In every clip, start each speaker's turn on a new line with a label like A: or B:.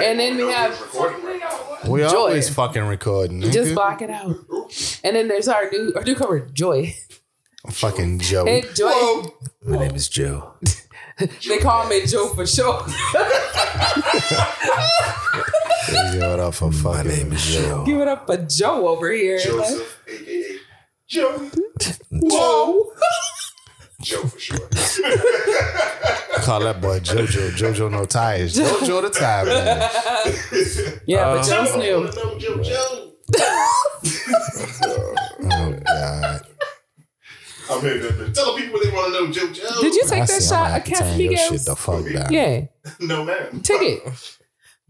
A: and then we have
B: We
A: Joy.
B: always fucking recording.
A: just
B: nigga.
A: block it out. And then there's our new our newcomer Joy.
B: fucking Joe.
A: And Joy,
C: My name is Joe.
A: they call me Joe for sure.
B: Give it up for fucking name is Joe.
A: Give it up for Joe over here. Like,
D: Joseph, aka Joey.
A: whoa.
D: Joe for sure.
B: Call that boy JoJo. JoJo no tires. JoJo the tire man.
A: Yeah,
D: Uh,
A: but Joe's new.
D: No, Joe, Joe.
B: Oh god.
D: I'm here to tell people they want to know Joe Joe.
A: Did you take
B: I
A: that
B: see I'm
A: shot
B: gonna
A: of
B: have to turn your shit
A: Casamigos?
B: the fuck down.
A: Yeah,
D: No, man.
A: take it.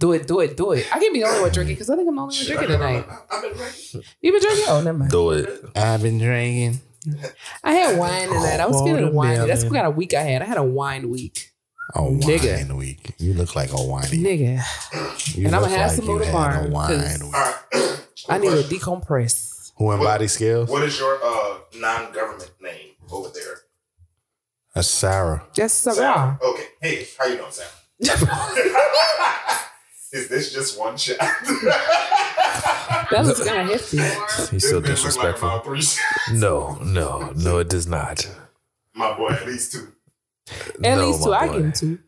A: Do it, do it, do it. I can't be the only one drinking because I think I'm the only one drinking tonight.
D: I've been right.
A: You been drinking? Oh, never mind.
C: Do it.
B: I've been drinking.
A: I had wine tonight. I was feeling
B: Quarter
A: wine. That's
B: million.
A: what kind of week I had. I had a wine week.
B: Oh wine
A: Nigga.
B: week. You look like a wine.
A: Nigga,
B: You
A: And I'ma
B: look
A: have some
B: you
A: more
B: had
A: tomorrow,
B: A wine
A: 'cause-
B: week.
D: All right.
A: I need to decompress.
B: Who in body scales?
D: What is your uh, non-government name over there?
B: That's Sarah.
A: That's so
D: Sam.
A: raw.
D: Okay. Hey, how you doing, Sam? is this just one shot?
A: That was kind of hefty.
C: He's so
D: This man look
C: disrespectful.
D: Like about three shots.
C: No, no, no, it does not.
D: My boy, at least two.
A: At
C: no,
A: least
C: my
A: two. I
C: boy.
A: give him two.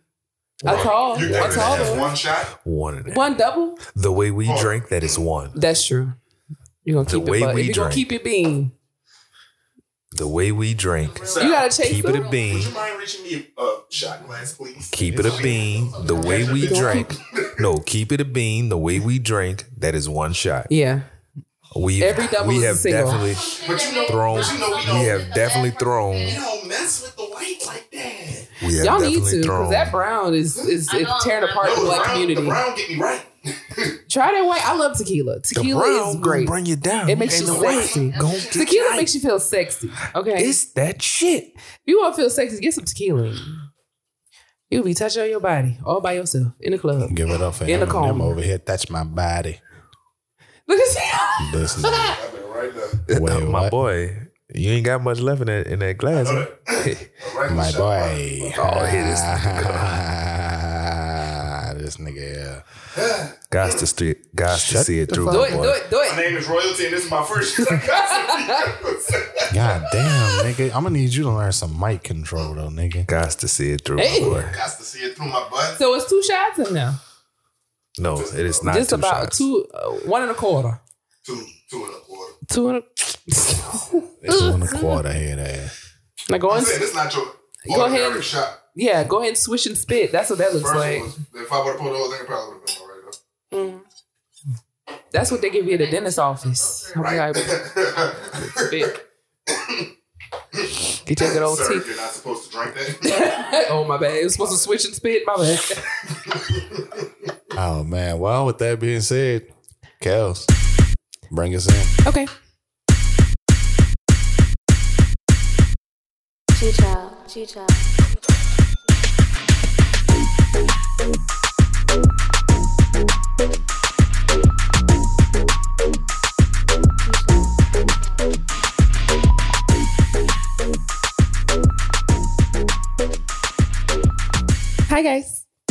A: I called.
D: You
A: I
D: think
C: all
D: that's
A: told
D: just
A: him.
D: one shot?
C: One and a half.
A: One double?
C: The way we
D: Oh.
C: drink, that is one.
A: That's true. You're gonna
C: The
A: keep
C: way
A: it. But
C: we
A: if you're gonna
C: drink.
A: keep it being,
C: The way we drink,
A: you gotta chase
C: keep it a
A: up.
C: bean.
D: Would you mind reaching me a uh, shot glass, please?
C: Keep it a bean. The way we drink. No, keep it a bean. The way we drink, that is one shot.
A: Yeah.
C: We
A: Every double
C: we
A: is a
C: have
A: single.
C: definitely
D: But you know,
C: thrown.
D: But you know we
C: We
D: don't-
C: have definitely thrown.
D: You don't mess with the white like that.
C: We have
A: Y'all need
C: definitely
A: to, because
C: thrown.
A: that brown is is
E: I
A: it's
E: know.
A: tearing apart the
D: the
A: black
D: brown,
A: community.
D: The brown get me right.
A: Try that white. I love tequila. Tequila is
C: gonna
A: great.
C: Bring you down.
A: It makes
C: And
A: you
C: the white
A: sexy.
C: gonna get
A: Tequila
C: right.
A: makes you feel sexy. Okay.
C: It's that shit.
A: you wanna feel sexy, get some tequila. You'll be touching on your body all by yourself in the club.
B: Give it up for
A: In the
B: Eminem
A: coma.
B: over here. That's my body.
A: Look at this.
B: Listen.
D: I've been right there.
B: Wait,
C: my
B: what?
C: boy, you ain't got much left in that in that glass. huh?
D: A regular
B: My
D: shot
B: boy.
C: Oh, here this
B: this nigga.
C: Got to see, got to see it through,
A: Do
C: my
A: it, do
C: boy.
A: it, do
D: My
A: it.
D: name is Royalty, and this is my first.
B: Yeah. God damn, nigga. I'm gonna need you to learn some mic control though, nigga.
C: Got to see it through,
A: Hey.
C: my boy.
D: Got to see it through my butt.
A: So it's two shots in now.
C: No, it is not
A: Just
C: two
A: about
C: shots.
A: two, uh, one and a quarter.
D: Two, two and a quarter.
A: Two and
B: It's
A: a.
B: one and a quarter here there.
A: now go
D: I'm
A: on.
D: saying it's not your.
A: Go ahead.
D: ordinary Shot.
A: Yeah, go ahead and swish and spit. That's what that looks
D: First
A: like.
D: one, if I would have pulled the whole thing, it probably would have been all right. though.
A: That's what they give you at the dentist office. I'll be like, spit. Get your good old
D: Sir,
A: teeth.
D: you're not supposed to drink that.
A: Oh my bad. It was supposed to switch and spit. My bad.
B: Oh man. Well, with that being said, Kels, bring us in.
A: Okay.
E: Chicha, chicha.
A: Hi guys.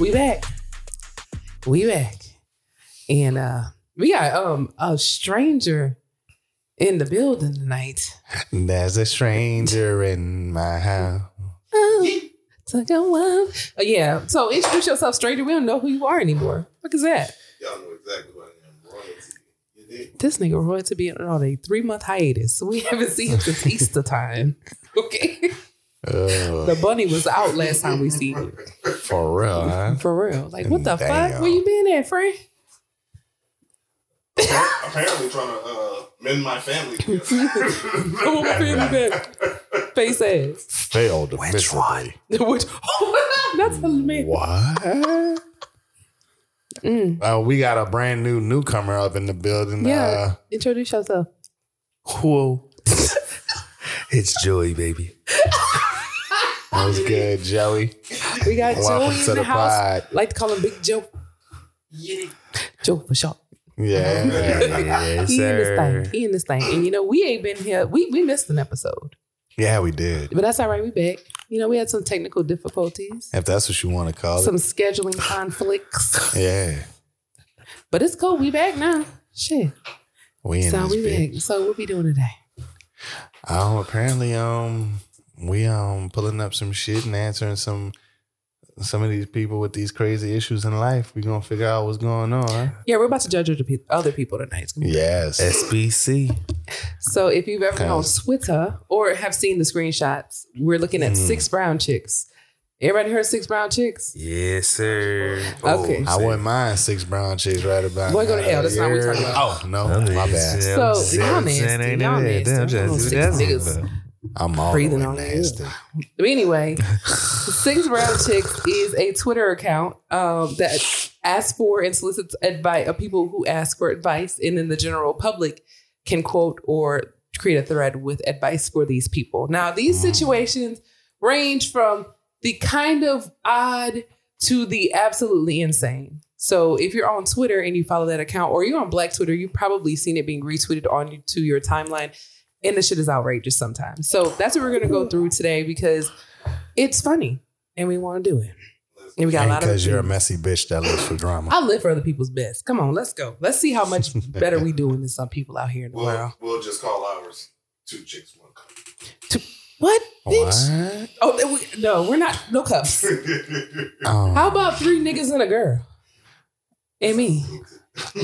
A: we back. We back. And uh we got um a stranger in the building tonight.
B: There's a stranger in my house.
A: Oh, took a while. Oh, yeah. So introduce yourself, stranger. We don't know who you are anymore. What is that?
D: Y'all know exactly what I am. Royalty. You dig?
A: This nigga Roy to be on a three month hiatus. So we haven't seen him since Easter time. Okay.
B: Uh,
A: The bunny was out last time we seen him.
B: for real, huh?
A: For real. Like, what the
B: Damn.
A: fuck? Where you been at, friend?
D: Apparently, trying to uh, mend my family.
A: I want my family back. Face ass.
B: Failed miserably.
A: Which, that's a man.
B: What?
A: Mm.
B: Uh, we got a brand new newcomer up in the building.
A: Yeah. Introduce yourself.
C: Whoa. it's Joey, baby.
B: Uh, that was good, Joey.
A: We got
B: Welcome
A: Joey
B: to
A: in
B: the
A: the house.
B: pod.
A: Like to call him Big Joe. Joe for sure.
B: Yeah, yeah, yeah.
C: Yes,
A: He in this
C: sir.
A: thing. He in this thing. And you know, we ain't been here. We we missed an episode.
B: Yeah, we did.
A: But that's all right. We back. You know, we had some technical difficulties,
B: If that's what you want to call
A: some scheduling conflicts,
B: it. Yeah.
A: but it's cool. We back now. Shit.
B: We in
A: so
B: this
A: we
B: bitch.
A: back. So what we doing today?
B: Um, apparently, um, we um pulling up some shit and answering some some of these people with these crazy issues in life. We gonna figure out what's going on. Huh?
A: Yeah, we're about to judge other peop- other people tonight. It's gonna be-
B: Yes.
C: SBC.
A: So if you've ever been on
B: Cause-
A: Twitter or have seen the screenshots, we're looking at
B: Mm.
A: six brown chicks. Everybody heard six brown chicks?
C: Yes, sir. Oh,
A: Okay.
B: I wouldn't mind six brown chicks right about
A: Boy, go to
B: now.
A: hell. That's not what we're talking
B: Oh no, my bad.
A: So, y'all nasty. Y'all nasty. Y'all nasty niggas.
B: I'm all
A: Breathing
B: breathing
A: on
B: on
A: you.
B: nasty.
A: But anyway, Six Brown Chicks is a Twitter account um, that asks for and solicits advice of people who ask for advice, and then the general public can quote or create a thread with advice for these people. Now, these
B: Mm.
A: situations range from the kind of odd to the absolutely insane. So, if you're on Twitter and you follow that account, or you're on Black Twitter, you've probably seen it being retweeted on to your timeline, and the shit is outrageous sometimes. So, that's what we're gonna go through today because it's funny and we want to do it, and we got a lot of.
B: Because you're a messy bitch that lives for drama.
A: I live for other people's best. Come on, let's go. Let's see how much better we doing than some people out here in the world.
D: We'll, we'll just call ours two chicks, one cup.
A: What? Bitch.
B: What?
A: Oh, th- we, no, we're not. No cups.
B: Um,
A: How about three niggas and a girl? And me.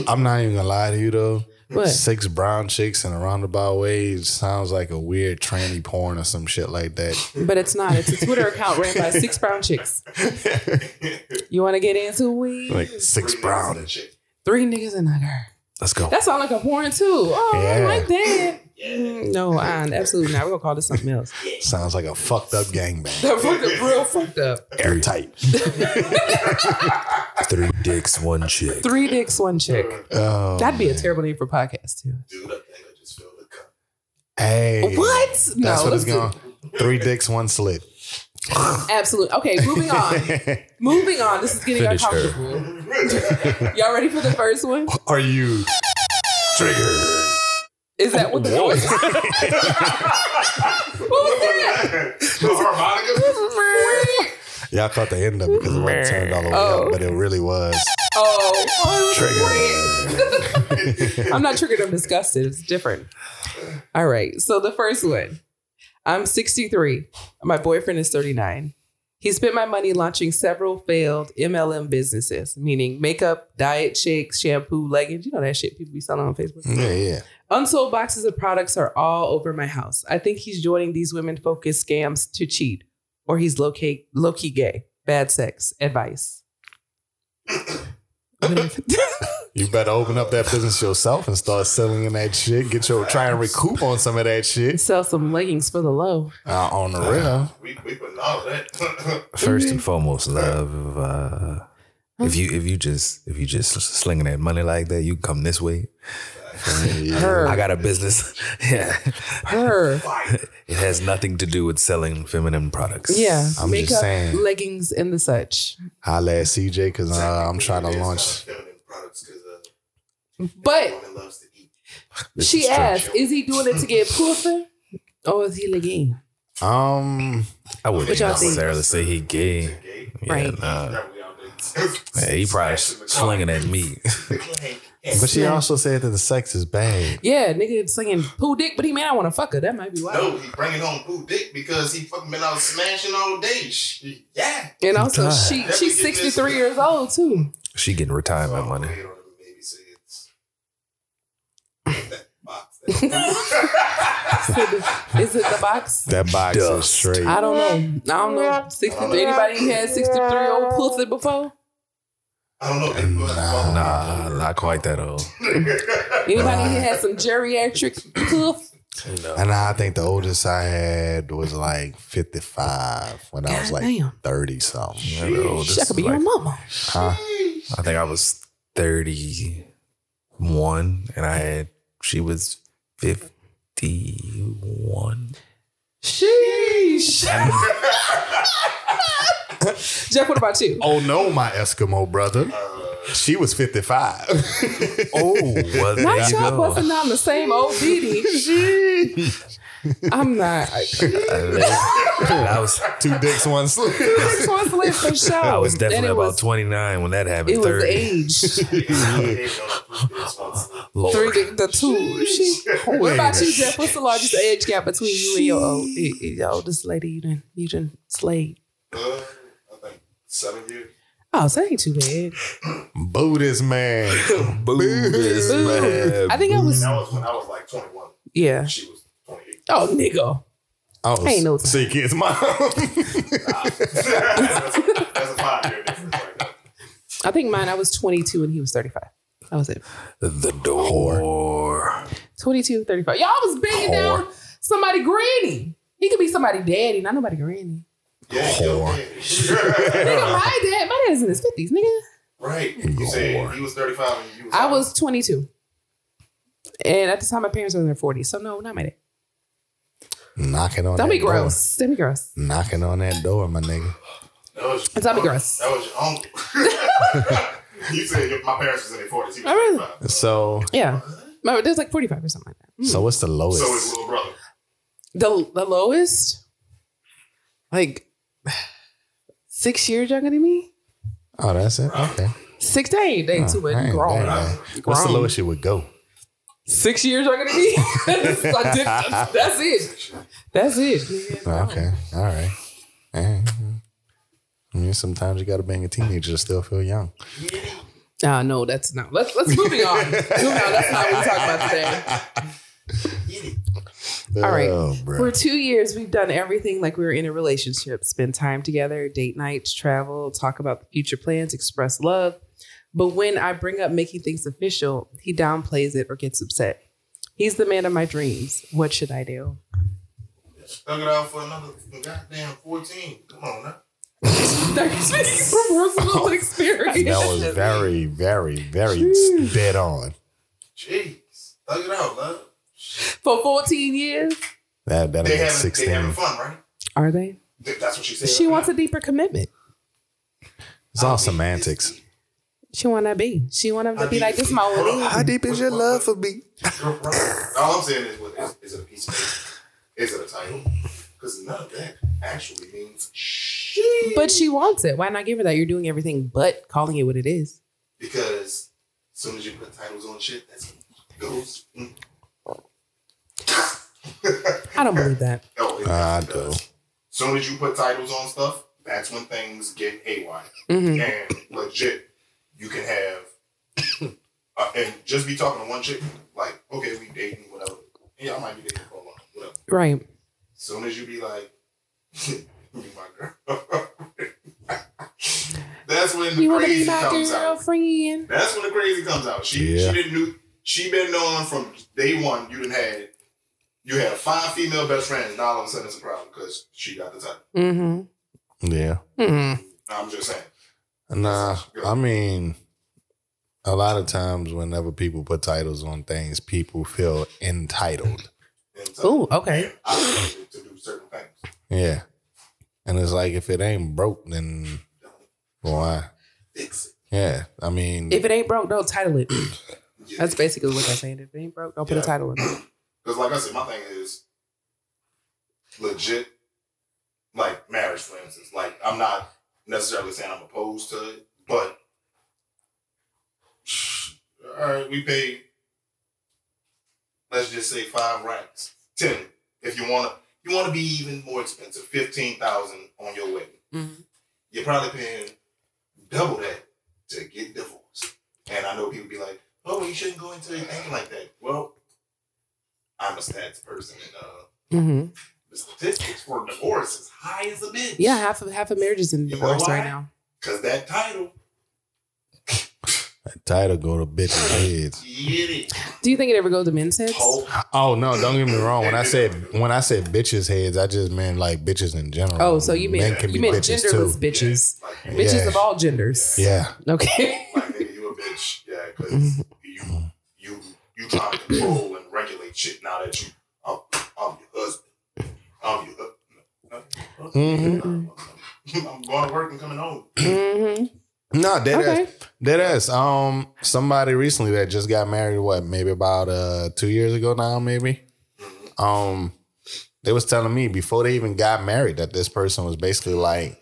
B: I'm not even gonna lie to you though.
A: What?
B: Six brown chicks in a roundabout way sounds like a weird tranny porn or some shit like that.
A: But it's not. It's a Twitter account ran by six brown chicks. You want to get into it?
B: Like six
D: Three niggas and
B: brown.
D: a chick.
A: three niggas and a girl.
C: Let's go.
A: That sounds like a porn too. Oh, I
B: Yeah.
A: don't like that. Mm,
D: Yeah.
A: No, I absolutely not. We're gonna call this something else.
B: Sounds like a fucked up gangbang.
A: That fucked up, real fucked up.
B: Airtight.
C: Three dicks, one chick.
A: Three dicks, one chick.
B: Oh,
A: That'd be a
B: man.
A: terrible name for podcast too.
D: Dude, I think I just filled the cup.
B: Hey.
A: What? No,
B: That's what
A: let's
B: it's
A: do-
B: going. Three dicks, one slit.
A: Absolutely. Okay, moving on. moving on. This is getting
C: Finish her.
A: uncomfortable. Y'all ready for the first one?
B: Are you triggered?
A: Is that what the noise? what was that?
D: The harmonica?
B: Y'all caught the end of it because it wasn't turned all the way
A: Oh.
B: up, but it really was.
A: Oh,
B: Triggered.
A: I'm not triggered. I'm disgusted. It's different. All right. So the first one. I'm 63. My boyfriend is 39. He spent my money launching several failed MLM businesses, meaning makeup, diet shakes, shampoo, leggings. You know that shit people be selling on Facebook.
B: yeah, yeah.
A: Unsold boxes of products are all over my house. I think he's joining these women focused scams to cheat, or he's low key, low key gay. Bad sex advice.
B: You better open up that business yourself and start selling in that shit. Get your try and recoup on some of that shit
A: Sell some leggings for the low.
B: uh, on the real.
D: We, we put all that.
C: First and foremost, love. Uh, if you if you just if you just slinging that money like that, you come this way.
B: Yeah.
A: Her,
C: I got a business. yeah,
A: her.
C: it has nothing to do with selling feminine products.
A: Yeah,
B: I'm just
A: makeup,
B: saying.
A: leggings, and the such.
B: Holla at CJ because uh, I'm trying to launch.
D: uh,
A: But
C: This is
A: she
C: true.
A: asked, "Is he doing it to get poofer, or is he legging?"
B: Um,
C: I
A: What
C: wouldn't
A: y'all think?
C: necessarily say he gay. Yeah,
A: Right.
C: nah. Yeah, he probably slinging at me.
B: but she also said that the sex is bad.
A: Yeah, nigga slinging poo dick, but he man, I want to fuck her. That might be why.
D: No, he bringing home poo dick because he fucking been out smashing all day. Sh- Yeah.
A: And also,
C: God.
A: she she's sixty three years old too.
C: She getting retirement money.
D: Wait on him, baby, say it's- that box, that-
A: Is it the box?
B: That box
C: Dust.
B: is straight.
A: I don't know. I don't know. Sixty three. Anybody had sixty three old pussy before?
D: I don't know. They put-
C: Nah, not quite that old.
A: Anybody here had some geriatric poof?
B: And I think the oldest I had was like 55 when I was like oh,
A: Goddamn.
B: 30 something.
C: Not that old.
A: She
C: This
A: could
C: is
A: be
C: like-
A: your mama.
B: Huh?
C: I think I was 31 and I had, she was 51.
A: Sheesh. Jeff, what about you?
B: Oh no, my Eskimo brother. She was 55.
C: Oh, well, there
A: Not
C: you
A: y'all
C: go.
A: busting down the same old ditty. I'm not.
C: I was
B: Two dicks, one slip.
A: This one's lit for sure.
C: I was
A: And
C: definitely
A: it
C: about
A: was-
C: 29 when that happened.
A: It was
C: 30.
A: age.
D: That's
C: Lord.
A: Three, the, the two. She, what about you, Jeff? What's the largest age gap between you and your, old, your oldest lady you done, you done slayed?
D: Uh, I think seven years.
A: Oh, so that ain't too bad.
B: Boo this man.
C: Boo this
A: Boo.
C: man.
A: I think I was,
D: That was when I was like 21.
A: yeah.
D: She was 28.
A: Oh, nigga.
B: Oh,
A: Ain't no time.
B: see kids, mom.
D: that's, a- that's a five year difference right there.
A: I think mine, I was 22 and he was 35. That was it.
C: The door.
A: 22, 35. Y'all was banging down somebody granny. He could be somebody daddy, not nobody granny.
D: Yeah, you
A: Nigga,
D: killed me.
A: my dad, my dad is in his 50s, nigga.
D: Right. You said he was 35 and you was
A: I was 22. And at the time, my parents were in their 40s. So, no, not my dad.
B: Knocking on
A: Don't
B: that
A: be gross. Don't be gross.
B: Door. Knocking on that door, my nigga.
D: That was,
A: It's not gross.
D: That was your uncle. you said your, my parents was in their 40s. He was
A: I really-
D: 35.
B: So,
A: Yeah. My, there's like 45 or something like that. Mm.
B: so what's the lowest?
D: So his little brother.
A: the, the lowest, like six years younger than me.
B: oh, that's it. Okay.
A: 16, they
B: Oh,
A: too much
B: dang,
A: grown.
B: dang. What's the
A: Grown.
B: lowest you would go?
A: Six years younger than me. that's, that's it. That's it.
B: Oh, okay. All right. All right. I mean, sometimes you got to bang a teenager to still feel young.
A: Uh, no, that's not. Let's let's moving on. moving on. That's not what we're talking about today. All right.
B: Oh, bro.
A: For two years, we've done everything like we were in a relationship spend time together, date nights, travel, talk about the future plans, express love. But when I bring up making things official, he downplays it or gets upset. He's the man of my dreams. What should I do?
D: Thug it out for another goddamn 14. Come on now.
A: Personal experience.
B: That was very, very, very
A: Jeez.
B: dead on.
D: Jeez. Thug it out, love.
A: For 14 years?
B: That that
D: They
B: makes
D: having, they having
B: sixteen.
D: fun, right?
A: Are they?
D: Th- That's what she said.
A: She wants a deeper commitment.
B: It's all semantics.
A: She want to be. She want him to be like this. My only.
D: How
C: deep
D: is your love
C: for me?
D: Right. All I'm saying is, what is, is it a piece of paper? Is it a title? Because none of that actually means shit.
A: But she wants it. Why not give her that? You're doing everything but calling it what it is.
D: because as soon as you put titles on shit, that's goes. Mm.
A: I don't believe that.
D: No, it
B: I
D: definitely
B: do.
D: does. soon as you put titles on stuff, that's when things get haywire.
A: hmm
D: And legit, you can have uh, and just be talking to one chick, like, okay, we dating, whatever. Yeah, I might be dating for a while, whatever.
A: Right.
D: soon as you be like, you my girl. That's when the
A: You want to be
D: crazy
A: my
D: comes out.
A: girlfriend?
D: That's when the crazy comes out. She
B: Yeah.
D: she didn't knew she been known from day one you didn't had you have five female best friends, now all of a sudden it's a problem because she got the title.
A: Mm-hmm.
B: Yeah.
A: Mm-hmm.
D: I'm just saying.
B: Nah. I mean, a lot of times whenever people put titles on things, people feel entitled.
D: And so,
A: Oh, okay.
D: I need to do certain things.
B: Yeah. And it's like if it ain't broke, then why?
D: Fix
B: Yeah. I mean,
A: If it ain't broke, don't title it.
D: it. Yeah.
A: That's basically what I'm saying. If it ain't broke, don't put a
D: Yeah.
A: title on it.
D: Because, like I said, my thing is legit, like marriage, for instance. Like, I'm not necessarily saying I'm opposed to it, but all right, we pay, let's just say five racks, 10. If you want to, you want to be even more expensive, 15000 on your wedding.
A: Mm-hmm.
D: You're probably paying double that to get divorced. And I know people be like, oh, well, you shouldn't go into it thinking like that. Well, I'm a stats person, and uh,
A: Mm-hmm.
D: the statistics for divorce is high as a bitch.
A: Yeah, half of half of marriages in
D: You know
A: divorce right
D: why?
A: now.
D: because that title,
B: that title go to bitches' heads.
D: get it.
A: Do you think it ever goes to men's heads?
D: Whole-
B: Oh no! Don't get me wrong. When I said when I said bitches heads, I just meant like bitches in general.
A: Oh, so you
B: Men
A: mean
B: can
A: you
B: be
A: meant
B: bitches
A: genderless
B: too.
A: bitches,
D: Like,
B: Yeah.
A: bitches
B: Yeah.
A: of all genders.
B: Yeah,
A: Okay.
D: like nigga, you a bitch, yeah, because
A: Mhm.
D: you you you try to control and regulate shit now that you I'm, I'm your husband, I'm your husband. I'm going to work and coming home.
A: mm-hmm.
B: no, dead ass.
A: Okay.
B: Dead ass. Um, somebody recently that just got married, what, maybe about uh two years ago now, maybe. Um, They was telling me before they even got married that this person was basically like,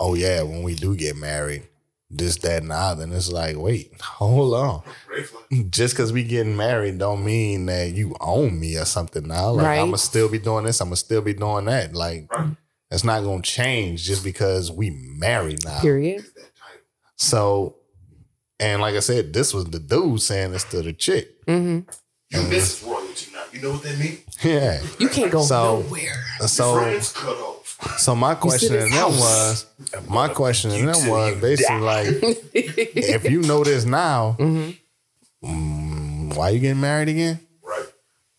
B: "Oh yeah, when we do get married, this, that, and the other." And it's like, wait, hold on.
D: Red flag.
B: Just because we getting married don't mean that you own me or something. Now, like
A: Right.
B: I'm gonna still be doing this. I'm gonna still be doing that. Like
D: Right.
B: that's not gonna change just because we married now.
A: Period.
D: Is that title.
B: So, and like I said, this was the dude saying this to the chick.
A: hmm
D: You miss royalty now. You know what that means?
B: Yeah.
A: You can't go
B: So-
A: nowhere.
B: So,
D: Friends cut off.
B: so my
A: sit
B: question
A: in
B: to them
A: house.
B: was, my question to
C: You
B: them
C: till
B: was
C: you
B: basically like, if you know this now,
A: hmm
B: mm, why you getting married again?
D: Right.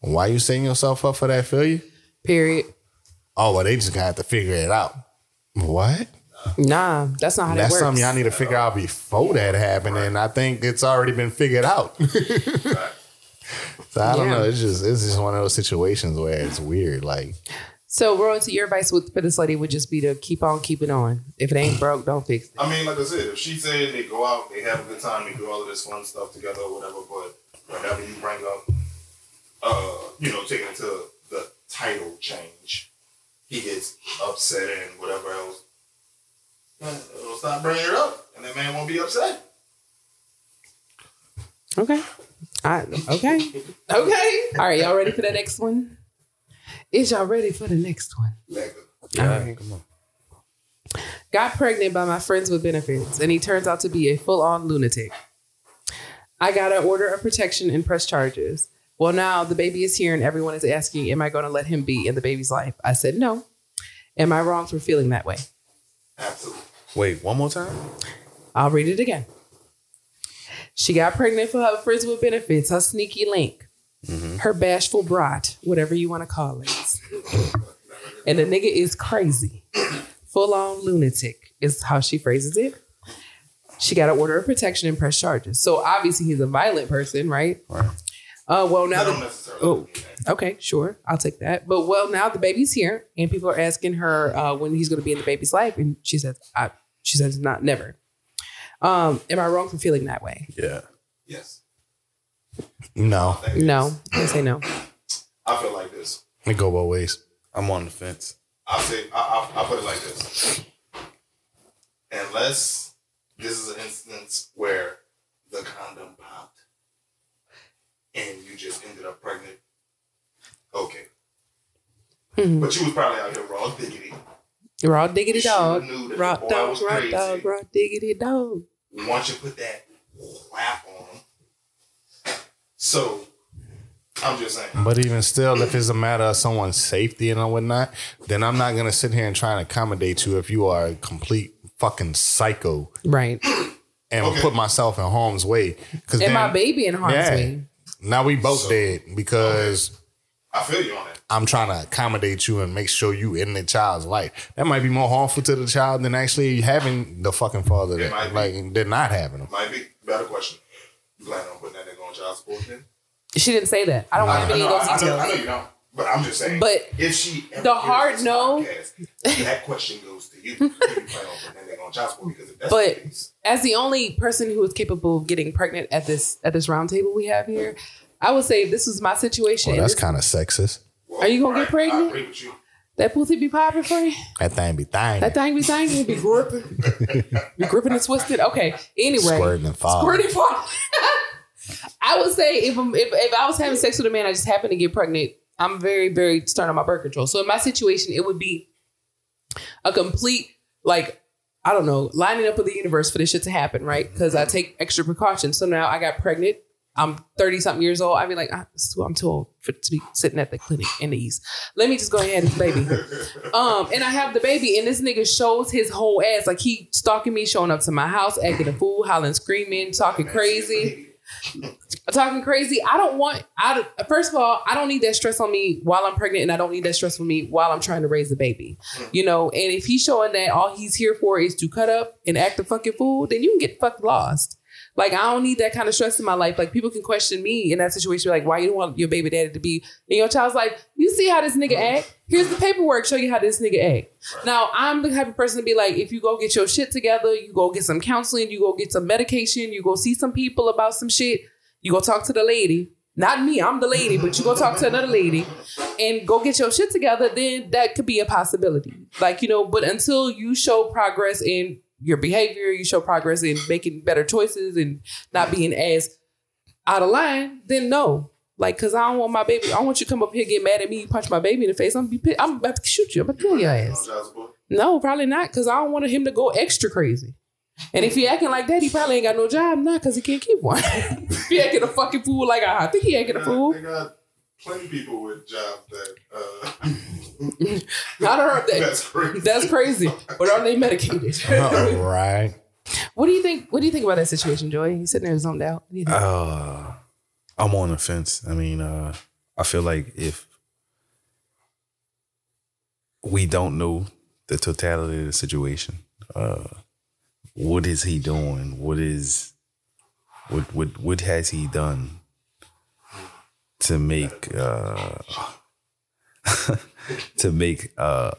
B: Why you setting yourself up for that failure?
A: Period.
B: Oh, well, they just gonna have to figure it out. What?
A: Nah, that's not how
B: That's
A: that works.
B: something y'all need to figure out before that happened, and I think it's already been figured out. so I don't
A: Yeah.
B: know. It's just it's just one of those situations where it's weird. Like
A: so, royalty, your advice with, for this lady would just be to keep on keeping on. If it ain't broke, don't fix it.
D: I mean, like I said, if she said they go out, they have a good time, they do all of this fun stuff together or whatever, but whenever you bring up, uh, you know, taking it to the title change, he gets upset and whatever else. Uh, It'll stop bringing it up, and that man won't be upset.
A: Okay. I, okay. Okay. All right. Y'all ready for the next one? Is y'all ready for the next one?
D: Like,
A: All right. Got pregnant by my friends with benefits, and he turns out to be a full on lunatic. I got an order of protection and press charges. Well, now the baby is here, and everyone is asking, Am I going to let him be in the baby's life? I said, No. Am I wrong for feeling that way?
D: absolutely.
C: Wait, one more time.
A: I'll read it again. She got pregnant for her friends with benefits, her sneaky link, her bashful brat, whatever you want to call it. and the nigga is crazy, full on lunatic, is how she phrases it. She got an order of protection and press charges. So obviously he's a violent person, right?
C: Right.
A: Uh, well, now
D: That
A: the
D: don't necessarily
A: Oh.
D: mean that.
A: Okay, sure. I'll take that. But well, now the baby's here, and people are asking her uh, when he's going to be in the baby's life, and she says, I, "She says not never." Um, am I wrong for feeling that way?
C: Yeah.
D: Yes.
B: no,
D: That is-
A: No, I say no.
D: I feel like this.
B: it go both ways.
C: I'm on the fence.
D: I say I, I, I put it like this: unless this is an instance where the condom popped and you just ended up pregnant, okay.
A: Mhm.
D: But you was probably out here raw diggity.
A: Raw diggity
D: She
A: dog,
D: knew that
A: raw
D: the boy
A: dog,
D: was
A: raw
D: crazy.
A: dog, raw diggity dog.
D: Once you put that whap on him, so I'm just saying.
B: But even still, if it's a matter of someone's safety and whatnot, then I'm not gonna sit here and try and accommodate you if you are a complete fucking psycho
A: Right.
B: and
D: Okay.
B: put myself in harm's way. Because
A: And my baby in harm's
B: Yeah.
A: way.
B: now we both
D: So-
B: dead because
D: I feel you on that.
B: I'm trying to accommodate you and make sure you in the child's life. That might be more harmful to the child than actually having the fucking father
D: It might
B: that,
D: be.
B: like than not having him.
D: Might be better question. You planning on putting that nigga on child support then?
A: She didn't say that. I don't
D: I, I
A: want to be in
D: know,
A: those
D: I, I know, I know
A: details.
D: you don't, but I'm just saying.
A: But
D: if she ever
A: the
D: hears
A: hard
D: this
A: no-
D: podcast, that question goes to you. you plan on putting that nigga on child support because if that's
A: But-
D: the case,
A: as the only person who is capable of getting pregnant at this at this round table we have here, I would say if this was my situation.
B: Well,
A: and
B: Oh, that's
A: this-
B: kind of sexist.
D: well,
A: Are you gonna
D: all
A: get
D: right,
A: pregnant?
D: I agree with you.
A: that pussy be popping for you.
B: That thing be dying.
A: That thing be saying you be gripping, be gripping and twisted. Okay. Anyway,
B: squirting and falling.
A: squirting fall. I would say if, I'm, if if I was having sex with a man, I just happened to get pregnant. I'm very very stern on my birth control. So in my situation, it would be a complete like I don't know lining up with the universe for this shit to happen, right? Because I take extra precautions. So now I got pregnant. I'm 30 something years old. I'd be like, "Ah, it's too- I'm too old for, to be sitting at the clinic in the East. Let me just go ahead and have this baby. Um, and I have the baby, and this nigga shows his whole ass. Like he stalking me, showing up to my house, acting a fool, hollering, screaming, talking
D: Man, she's
A: crazy
D: an idiot.
A: talking crazy. I don't want. I don't- first of all, I don't need that stress on me while I'm pregnant, and I don't need that stress on me while I'm trying to raise a baby. You know, and if he's showing that all he's here for is to cut up and act a fucking fool, then you can get fucked lost. Like I don't need that kind of stress in my life. Like people can question me in that situation, like why you don't want your baby daddy to be in your child's life. You see how this nigga act. Here's the paperwork. Show you how this nigga act. Now I'm the type of person to be like, if you go get your shit together, you go get some counseling, you go get some medication, you go see some people about some shit. You go talk to the lady. Not me, I'm the lady, but you go talk to another lady and go get your shit together, then that could be a possibility. Like, you know, but until you show progress in your behavior, you show progress in making better choices and not being as out of line, then no. Like, cause I don't want my baby. I don't want you to come up here get mad at me, punch my baby in the face. I'm be, pi- I'm about to shoot you. I'm about to kill your ass. No, probably not, cause I don't want him to go extra crazy. And if he acting like that, he probably ain't got no job now, cause he can't keep one. if he acting a fucking fool, like I think he acting a fool.
D: They got plenty of people with jobs that. Uh,
A: Not heard that.
D: That's crazy.
A: That's crazy. But are they medicated?
B: Uh-huh. right.
A: what do you think? What do you think about that situation, Joy? You sitting there zoned out. What do you
B: Uh-huh.
A: think?
C: Uh, I'm on the fence. I mean, uh, I feel like if we don't know the totality of the situation, uh, what is he doing? What is what what what has he done to make uh, to make uh,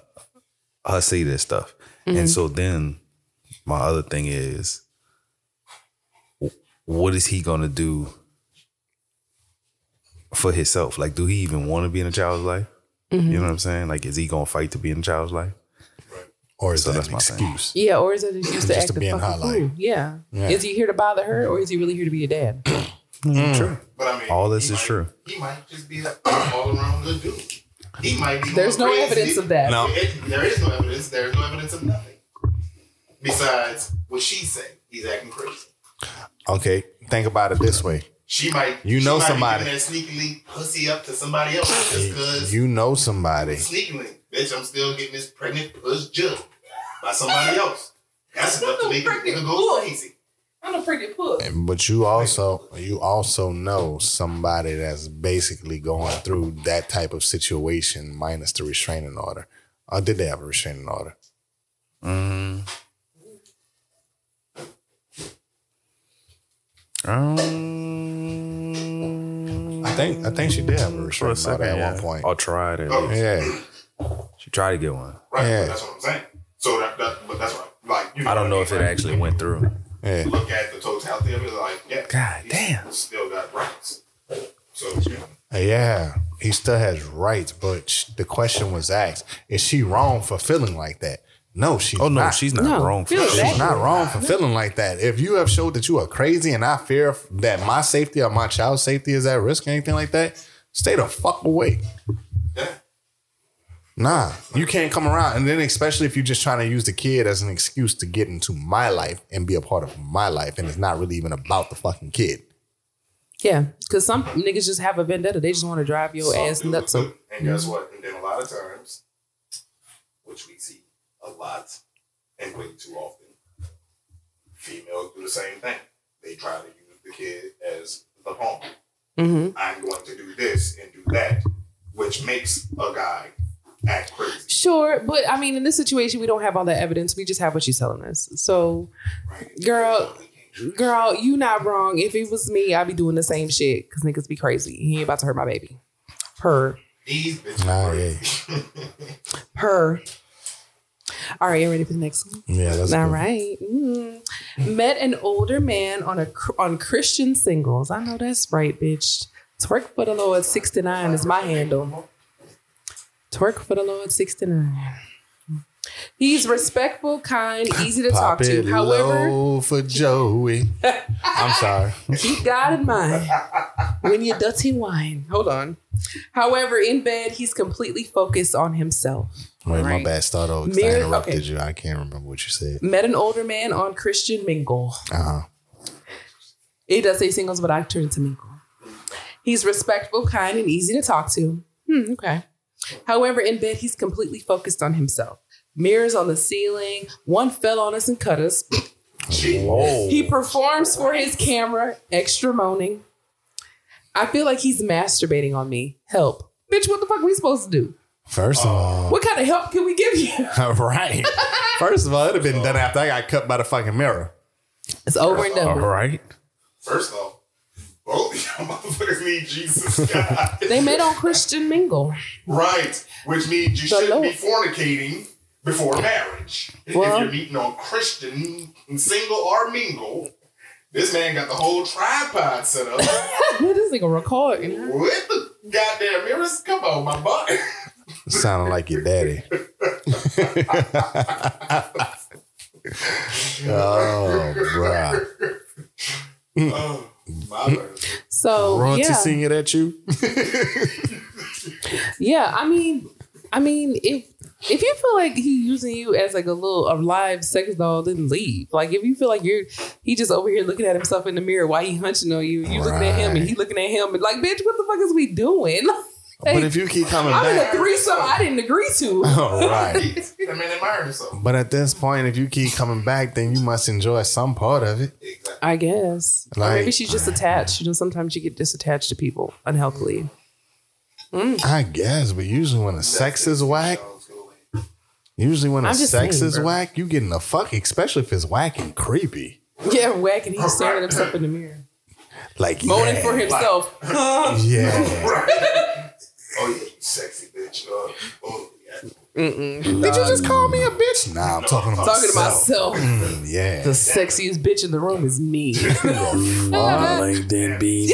C: her say this stuff? And so then my other thing is what is he gonna do for himself? Like, do he even want to be in a child's life? You know what I'm saying? Like, is he gonna fight to be in a child's life?
B: Or is
C: So
B: that
C: that's
B: an
C: my thing.
B: excuse?
A: Yeah, or is it just to
B: Just
A: act
B: to
A: the
B: be in
A: fucking
B: highlight.
A: fool? Yeah.
B: Yeah.
A: Is he here to bother her, or is he really here to be a dad?
C: True.
D: But I mean,
C: All this
D: he
C: is
D: might-
C: true.
D: He might just be an all around good dude. He might be.
A: There's no
D: going crazy.
A: evidence of that.
B: No.
D: It- there is no evidence. There is no evidence of nothing besides what she said. He's acting crazy.
B: Okay, think about it this way:
D: She might.
B: You
D: she
B: know
D: might be
B: somebody.
D: giving that sneakily pussy up to somebody else just because
B: you know somebody.
D: sneakily, bitch. I'm still getting this pregnant puss jug by somebody else. That's enough to make a nigga go crazy.
A: I'm a pregnant pug.
B: But you also you also know somebody that's basically going through that type of situation minus the restraining order. Or did they have a restraining order?
C: Mm. Um,
B: I think I think she did have a
C: for a
B: restraining order
C: second,
B: at
C: yeah.
B: one point.
C: Or tried it.
D: Oh.
B: Yeah.
C: She tried to get one.
D: Right.
B: Yeah.
D: That's what I'm saying. So that, that but that's what I- like. You
C: I don't know
D: what
C: if
D: I
C: it
D: mean, right?
C: actually went through.
B: Yeah.
D: look at the totality of it, like, yeah.
C: God
D: he
C: damn.
D: Still got rights. So, yeah.
B: Uh, Yeah. He still has rights, but sh- the question was asked, is she wrong for feeling like that? No, she's
C: Oh no,
B: not.
C: she's not
A: No,
C: wrong. For
A: feel
C: that.
A: that.
B: She's not wrong for feeling like that. If you have showed that you are crazy and I fear f- that my safety or my child's safety is at risk or anything like that, stay the fuck away.
D: yeah.
B: Nah, you can't come around. And then, especially if you're just trying to use the kid as an excuse to get into my life and be a part of my life, and it's not really even about the fucking kid.
A: Yeah, because some niggas just have a vendetta. They just want to drive your
D: Some
A: ass
D: do,
A: nuts.
D: And
A: Mm-hmm.
D: guess what? And then a lot of times, which we see a lot and way too often, females do the same thing. They try to use the kid as the pawn.
A: Mm-hmm.
D: I'm going to do this and do that, which makes a guy act crazy.
A: Sure, but I mean, in this situation, we don't have all that evidence. We just have what she's telling us. So,
D: Right?
A: girl, girl, you not wrong. If it was me, I'd be doing the same shit because niggas be crazy. He ain't about to hurt my baby. Her,
D: These bitches
B: Nah,
D: are crazy.
A: her. All right, you ready for the next one?
B: Yeah, that's
A: All right. Mm. Met an older man on a cr- on Christian singles. I know that's right, bitch. Twerk for the Lord 69 is my handle. Twerk for the Lord 69. He's respectful, kind, easy to talk to. However,
B: low for Joey. I'm sorry.
A: keep God in mind when you dirty wine. Hold on. However, in bed, he's completely focused on himself.
B: Wait, my
A: Right.
B: bad. Start over. 'cause
A: Mirror-
B: I interrupted
A: okay.
B: you. I can't remember what you said.
A: Met an older man on Christian Mingle.
B: Uh huh.
A: It does say singles, but I turned to mingle. He's respectful, kind, and easy to talk to. Hmm, okay. However, in bed, he's completely focused on himself. Mirrors on the ceiling. One fell on us and cut us.
B: Whoa.
A: He performs for his camera, extra moaning. I feel like he's masturbating on me. Help. Bitch, what the fuck are we supposed to do?
B: First of all,
A: What kind of help can we give you?
B: right. First of all, it'd have been done after I got cut by the fucking mirror.
A: It's over and done.
C: All
A: with.
C: right.
D: First off, both of y'all motherfuckers need Jesus God.
A: They met on Christian Mingle.
D: right. Which means you
A: The
D: shouldn't be
A: Lord.
D: fornicating before marriage.
A: Well-
D: if you're meeting on Christian, single or mingle, This man got the whole tripod set up
A: this nigga recording.
D: with the goddamn mirrors. Come on, my boy.
B: Sounding like your daddy. oh, bruh.
D: oh, my word.
A: So
B: Royalty
A: yeah,
B: singing at you?
A: yeah. I mean, I mean, if if you feel like he using you as like a little a live sex doll, then leave. Like if you feel like you're he just over here looking at himself in the mirror while he hunching on you, you looking at him and he looking at him and like, bitch, what the fuck is we doing?
B: but if you keep coming
A: I'm in a
B: back.
A: threesome I didn't agree to.
B: All right.
D: That man admired himself.
B: But at this point, if you keep coming back, then you must enjoy some part of it.
D: Exactly.
A: I guess. Or maybe
B: Like-
A: she's just attached. You know, sometimes you get disattached to people unhealthily.
B: I guess, but usually when the sex is whack,
D: Charles, go away.
B: usually when the
A: I'm just
B: sex
A: saying,
B: is
A: bro.
B: whack, you getting a fuck, especially if it's whack and creepy.
A: Yeah, whack, and he's staring at himself in the mirror,
B: Like
A: moaning
B: yeah,
A: for himself. Huh?
B: Yeah.
D: Oh, yeah, you sexy bitch. Oh, oh yeah.
A: Mm-mm.
B: Did you just call me a bitch? Nah, I'm talking about
A: Talking to
B: myself.
A: myself.
B: Mm,
A: The
B: yeah.
A: sexiest bitch in the room is me.
C: Wellington beanie.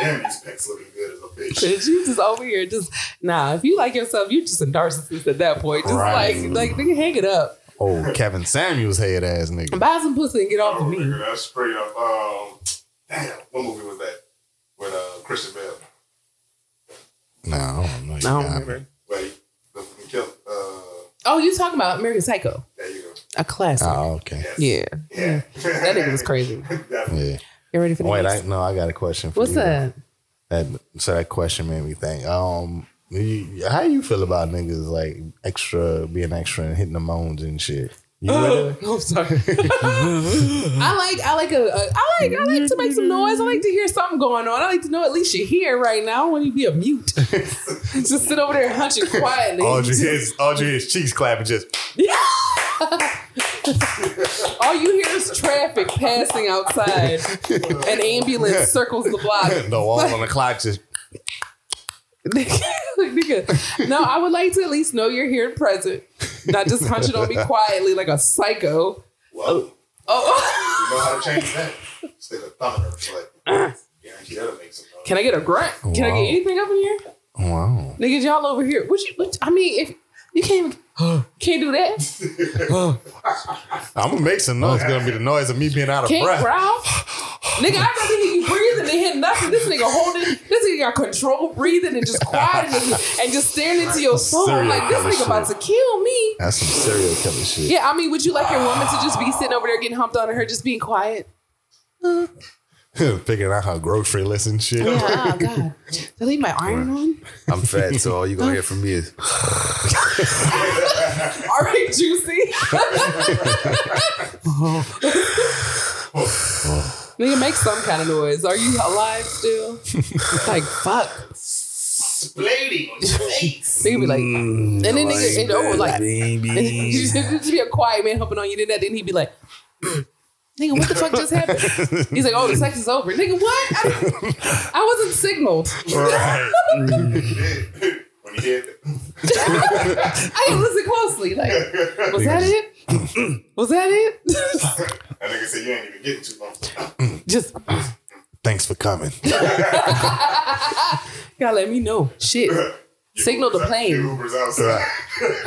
D: Damn, these pecs looking good as a bitch.
A: Cause you just over here, just nah. If you like yourself, you just a narcissist at that point. Just
B: Right.
A: like, like nigga, hang it up,
B: Oh, Kevin Samuels head ass nigga.
A: buy some pussy and get off
D: Oh,
A: of me.
D: nigga, that's straight up. Um, damn, what movie was that? With uh, Christian Bale.
B: No, I don't know. You
A: I don't
B: got
A: remember.
B: me.
D: Wait, the fucking killer. Uh,
A: Oh, you talking about American Psycho,
D: there you go.
A: a classic?
B: Oh, okay.
D: Yes.
A: yeah,
D: Yeah.
A: Hmm. that nigga was crazy.
D: Definitely.
B: Yeah.
A: You ready for the
B: Wait, I
A: next?
B: no, I got a question for
A: What's
B: you.
A: that?
B: That so that question made me think. Um, you, how you feel about niggas like extra being extra and hitting the moans and shit? You with it?
A: I'm sorry. I like I like a, a I like I like to make some noise. I like to hear something going on. I like to know at least you're here right now. I want you to be a mute. just sit over there and hunch it quietly.
B: Audrey his Audrey his cheeks clapping just
A: Yeah. All you hear is traffic passing outside. An ambulance circles the block.
B: the wall on the clock just
A: Nigga. No, I would like to at least know you're here and present. Not just hunching on me quietly like a psycho.
D: Well,
A: Oh,
D: you know how to change that. Stick a thumb in her butt. Guarantee that'll make some noise.
A: can I get a grunt? Can I get
B: Wow.
A: anything up in here?
B: wow.
A: Niggas, y'all over here. What you? What, I mean, if you can't, even- can't do that.
B: I'm gonna make some noise. It's gonna be the noise of me being out of
A: Can't
B: breath.
A: growl. Nigga, I'd rather hear you breathing than hear nothing. This nigga holding, this nigga got control breathing and just quiet and just, and just staring into your soul. I'm like, this
B: Serial
A: nigga about to
B: killer
A: kill me.
B: That's some serial killer shit.
A: Yeah, I mean, would you like your woman to just be sitting over there getting humped on and her just being quiet?
B: Figuring out her grocery list and shit.
A: Yeah, oh, God. Did I leave my iron on?
C: I'm fat, so all you gonna hear from me is
A: All right, juicy. Nigga, make some kind of noise. Are you alive still? like, fuck.
D: Splating on your face.
A: Nigga be like, and then nigga, and, oh, like,
C: baby.
A: just be a quiet man humping on you. Then that, then he'd be like, nigga, what the fuck just happened? He's like, oh, the sex is over. Nigga, what? I, didn't- I wasn't signaled.
B: Right.
D: when you hit it.
A: I didn't listen closely. Like, was that it? Was that it?
D: That nigga said you ain't even getting too long.
A: just
B: Thanks for coming.
A: gotta let me know. Shit. Signal the
D: Uber's out-
A: plane.
D: Uber's outside.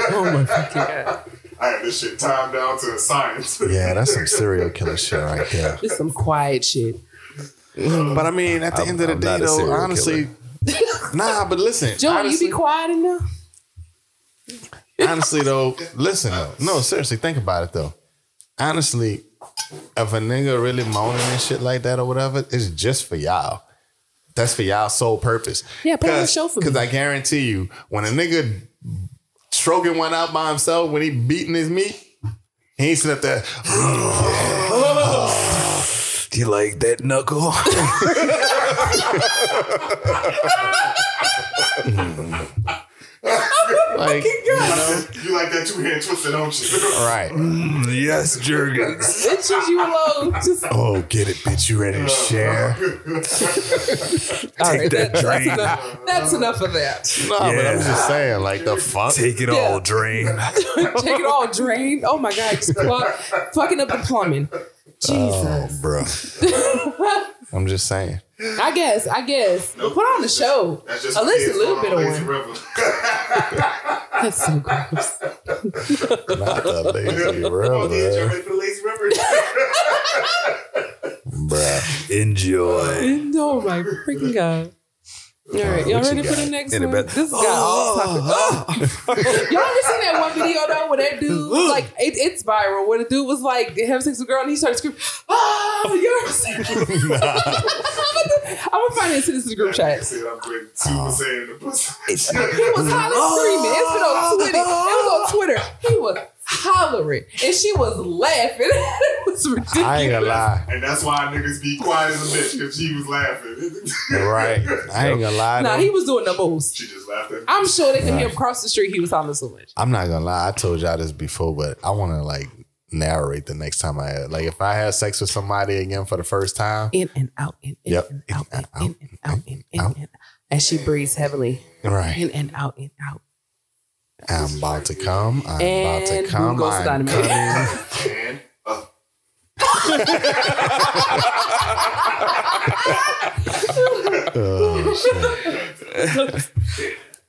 A: Oh my fucking god.
D: I have this shit timed down to a science.
B: Yeah, that's some serial killer shit right there.
A: Just some quiet shit.
B: But I mean, at the
C: I'm-
B: end of the
C: I'm
B: day,
C: not a
B: though,
C: serial
B: honestly, nah. But listen,
A: Joe,
B: honestly,
A: you be quiet enough?
B: honestly though, listen though. No, seriously, think about it though. Honestly, if a nigga really moaning and shit like that or whatever, it's just for y'all. That's for y'all sole purpose.
A: Yeah, put on a show for me.
B: Because I guarantee you, when a nigga stroking one out by himself when he beating his meat, he ain't sitting up there.
C: Do you like that knuckle?
B: Like,
A: Fucking God.
D: you like that two hand twister, don't you?
B: right.
C: Mm, yes, Jurgens.
A: Bitches, you alone. Just
B: Oh, get it, bitch. You ready to share?
A: all right,
C: that
A: that's,
C: drain.
A: enough, that's enough of that.
B: No, but I'm just saying, like, the fuck.
C: Take it
A: Yeah.
C: all, drain.
A: Take it all drained. Oh my God, just plug, fucking up the plumbing.
B: Oh,
A: Jesus.
B: bro. I'm just saying.
A: I guess, I guess. But put on the show.
D: That's just
A: At least
D: kids
A: a little
D: going
A: bit of
D: Lazy
A: one.
D: River.
A: That's so gross.
B: Not the lazy
D: Oh, did y'all
B: river,
D: ready for the lazy river?
B: bro.
C: Enjoy.
A: oh my freaking God. All right, y'all
C: what you
A: ready for
C: got?
A: the next
C: In the
A: one?
C: back-
A: This has got
C: Oh.
A: all topics. Y'all ever seen that one video though where that dude was like it, it's viral where the dude was like having sex with a girl and he started screaming, Oh, you ever seen that? I'm gonna find it to this group
D: I
A: chat.
D: said I'm great. Super
C: Oh.
D: Saiyan in the pussy.
A: He was
C: Oh.
A: hollering, screaming. It's been on Twitter. It was on Twitter. He was hollering, and she was laughing. it was ridiculous.
B: I ain't gonna lie.
D: And that's why niggas be quiet as a bitch because she was laughing.
B: Right. I ain't gonna lie.
A: Nah,
B: though.
A: he was doing the most.
D: she just laughed at me.
A: I'm sure they could hear him across the street. He was hollering so much.
B: I'm not gonna lie. I told y'all this before, but I want to like narrate the next time I had. Like, if I had sex with somebody again for the first time,
A: In and out, in, in
B: Yep.
A: and out, in,
B: In
A: in
B: and
A: and out, in, in and out. As she breathes heavily,
B: right?
A: in and out, in out.
B: I'm about to come. I'm about
A: And
B: to
A: boom
B: come.
A: goes
B: I'm
A: dynamite.
B: coming.
D: And uh,
B: Oh, shit.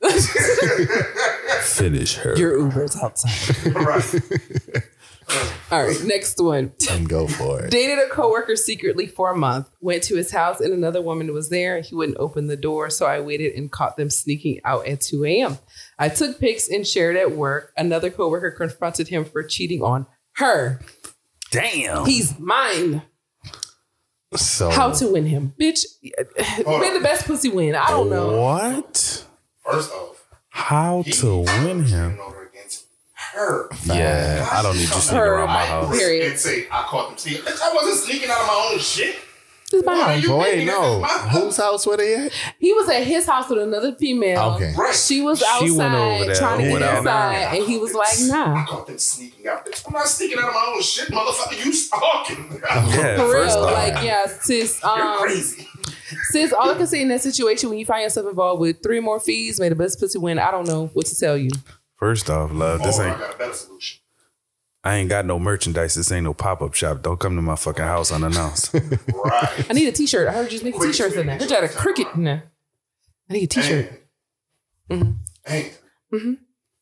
C: Oh. Finish her.
A: Your Uber's outside.
D: right.
A: All right, next one.
B: And go for it.
A: Dated a coworker secretly for a month. Went to his house and another woman was there. He wouldn't open the door, so I waited and caught them sneaking out at 2 a.m. I took pics and shared at work. Another coworker confronted him for cheating on her.
C: Damn.
A: He's mine.
B: So
A: How to win him, bitch?
D: Hold
A: When
D: on.
A: the best pussy win? I don't know.
C: What?
D: First off,
C: How
D: he
C: to win him?
D: cheated on her against her.
C: Yeah, I don't need you sneaking
A: Her.
C: around my
D: I
C: house.
D: would
A: Period.
D: and say I caught them sneaking. Bitch, I wasn't sneaking out of my own shit.
A: This is my
D: Why
A: house.
D: you
B: But wait,
D: thinking this
B: no.
D: is my-
B: Whose house were they at?
A: He was at his house with another female.
B: Okay.
D: Right.
A: She was outside
C: She went over there
A: trying to get
C: without-
A: inside, and he was like,
D: I
A: "Nah."
D: caught them sneaking out. Bitch, I'm not sneaking out of my own shit, motherfucker. You stalking.
C: Yeah,
A: For
C: first
A: real,
C: off.
A: like yeah, sis.
D: You're
A: Um,
D: crazy.
A: Sis, all I can say in that situation, when you find yourself involved with three more fees, may the best pussy win. I don't know what to tell you.
C: First off, love, this
D: Or Oh, I
C: ain't.
D: got a better solution.
C: I ain't got no merchandise. This ain't no pop up shop. Don't come to my fucking house unannounced.
D: Right.
A: I need a T-shirt. I heard you was making T-shirts in there. Bitch, I had a cricket in there. I need a T-shirt. Mhm.
D: And, and
A: Mhm.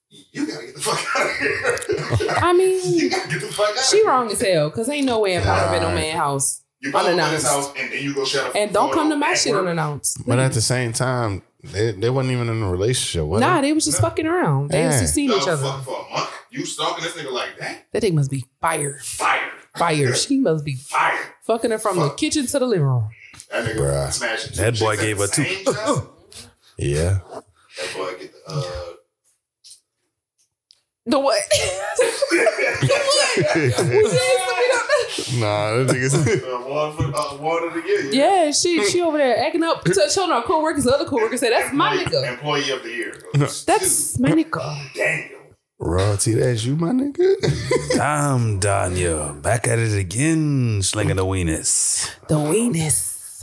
D: you gotta get the fuck out of here.
A: I
D: you
A: mean,
D: gotta get the fuck out.
A: she wrong as hell because ain't no way I'm popping up in no
B: Nah.
A: man house.
D: You go to
A: Unannounced.
D: this house and then you go shut up.
A: And don't come to my
D: at
A: shit
D: work.
A: unannounced.
B: But at the same time, they, they wasn't even in a relationship. Was
A: Mm. Nah,
B: nah,
A: they was just fucking around. They was
B: Yeah.
A: just seeing
D: Y'all
A: each other.
D: fuck for a month. You stalking this nigga like that?
A: That thing must be fire,
D: Fire,
A: fire. She must be
D: fire.
A: fucking her from the
D: Fuck.
A: kitchen to the living room.
D: That nigga
B: Bruh.
D: smashing. two
C: That boy
D: chicks at
C: gave
D: the
C: her two.
D: same time.
B: Yeah.
D: that boy get the. Uh,
A: The what?
B: Nah, those niggas.
D: uh, one for uh, one of the year.
A: yeah, she she over there acting up, t- showing our coworkers. The other coworkers say, "That's my
D: Employee-
A: nigga."
D: Employee of the year.
A: That's my nigga.
D: Daniel.
B: Royalty, that's you, my nigga.
C: I'm Danya. Back at it again, slinging the weenus.
A: The weenus.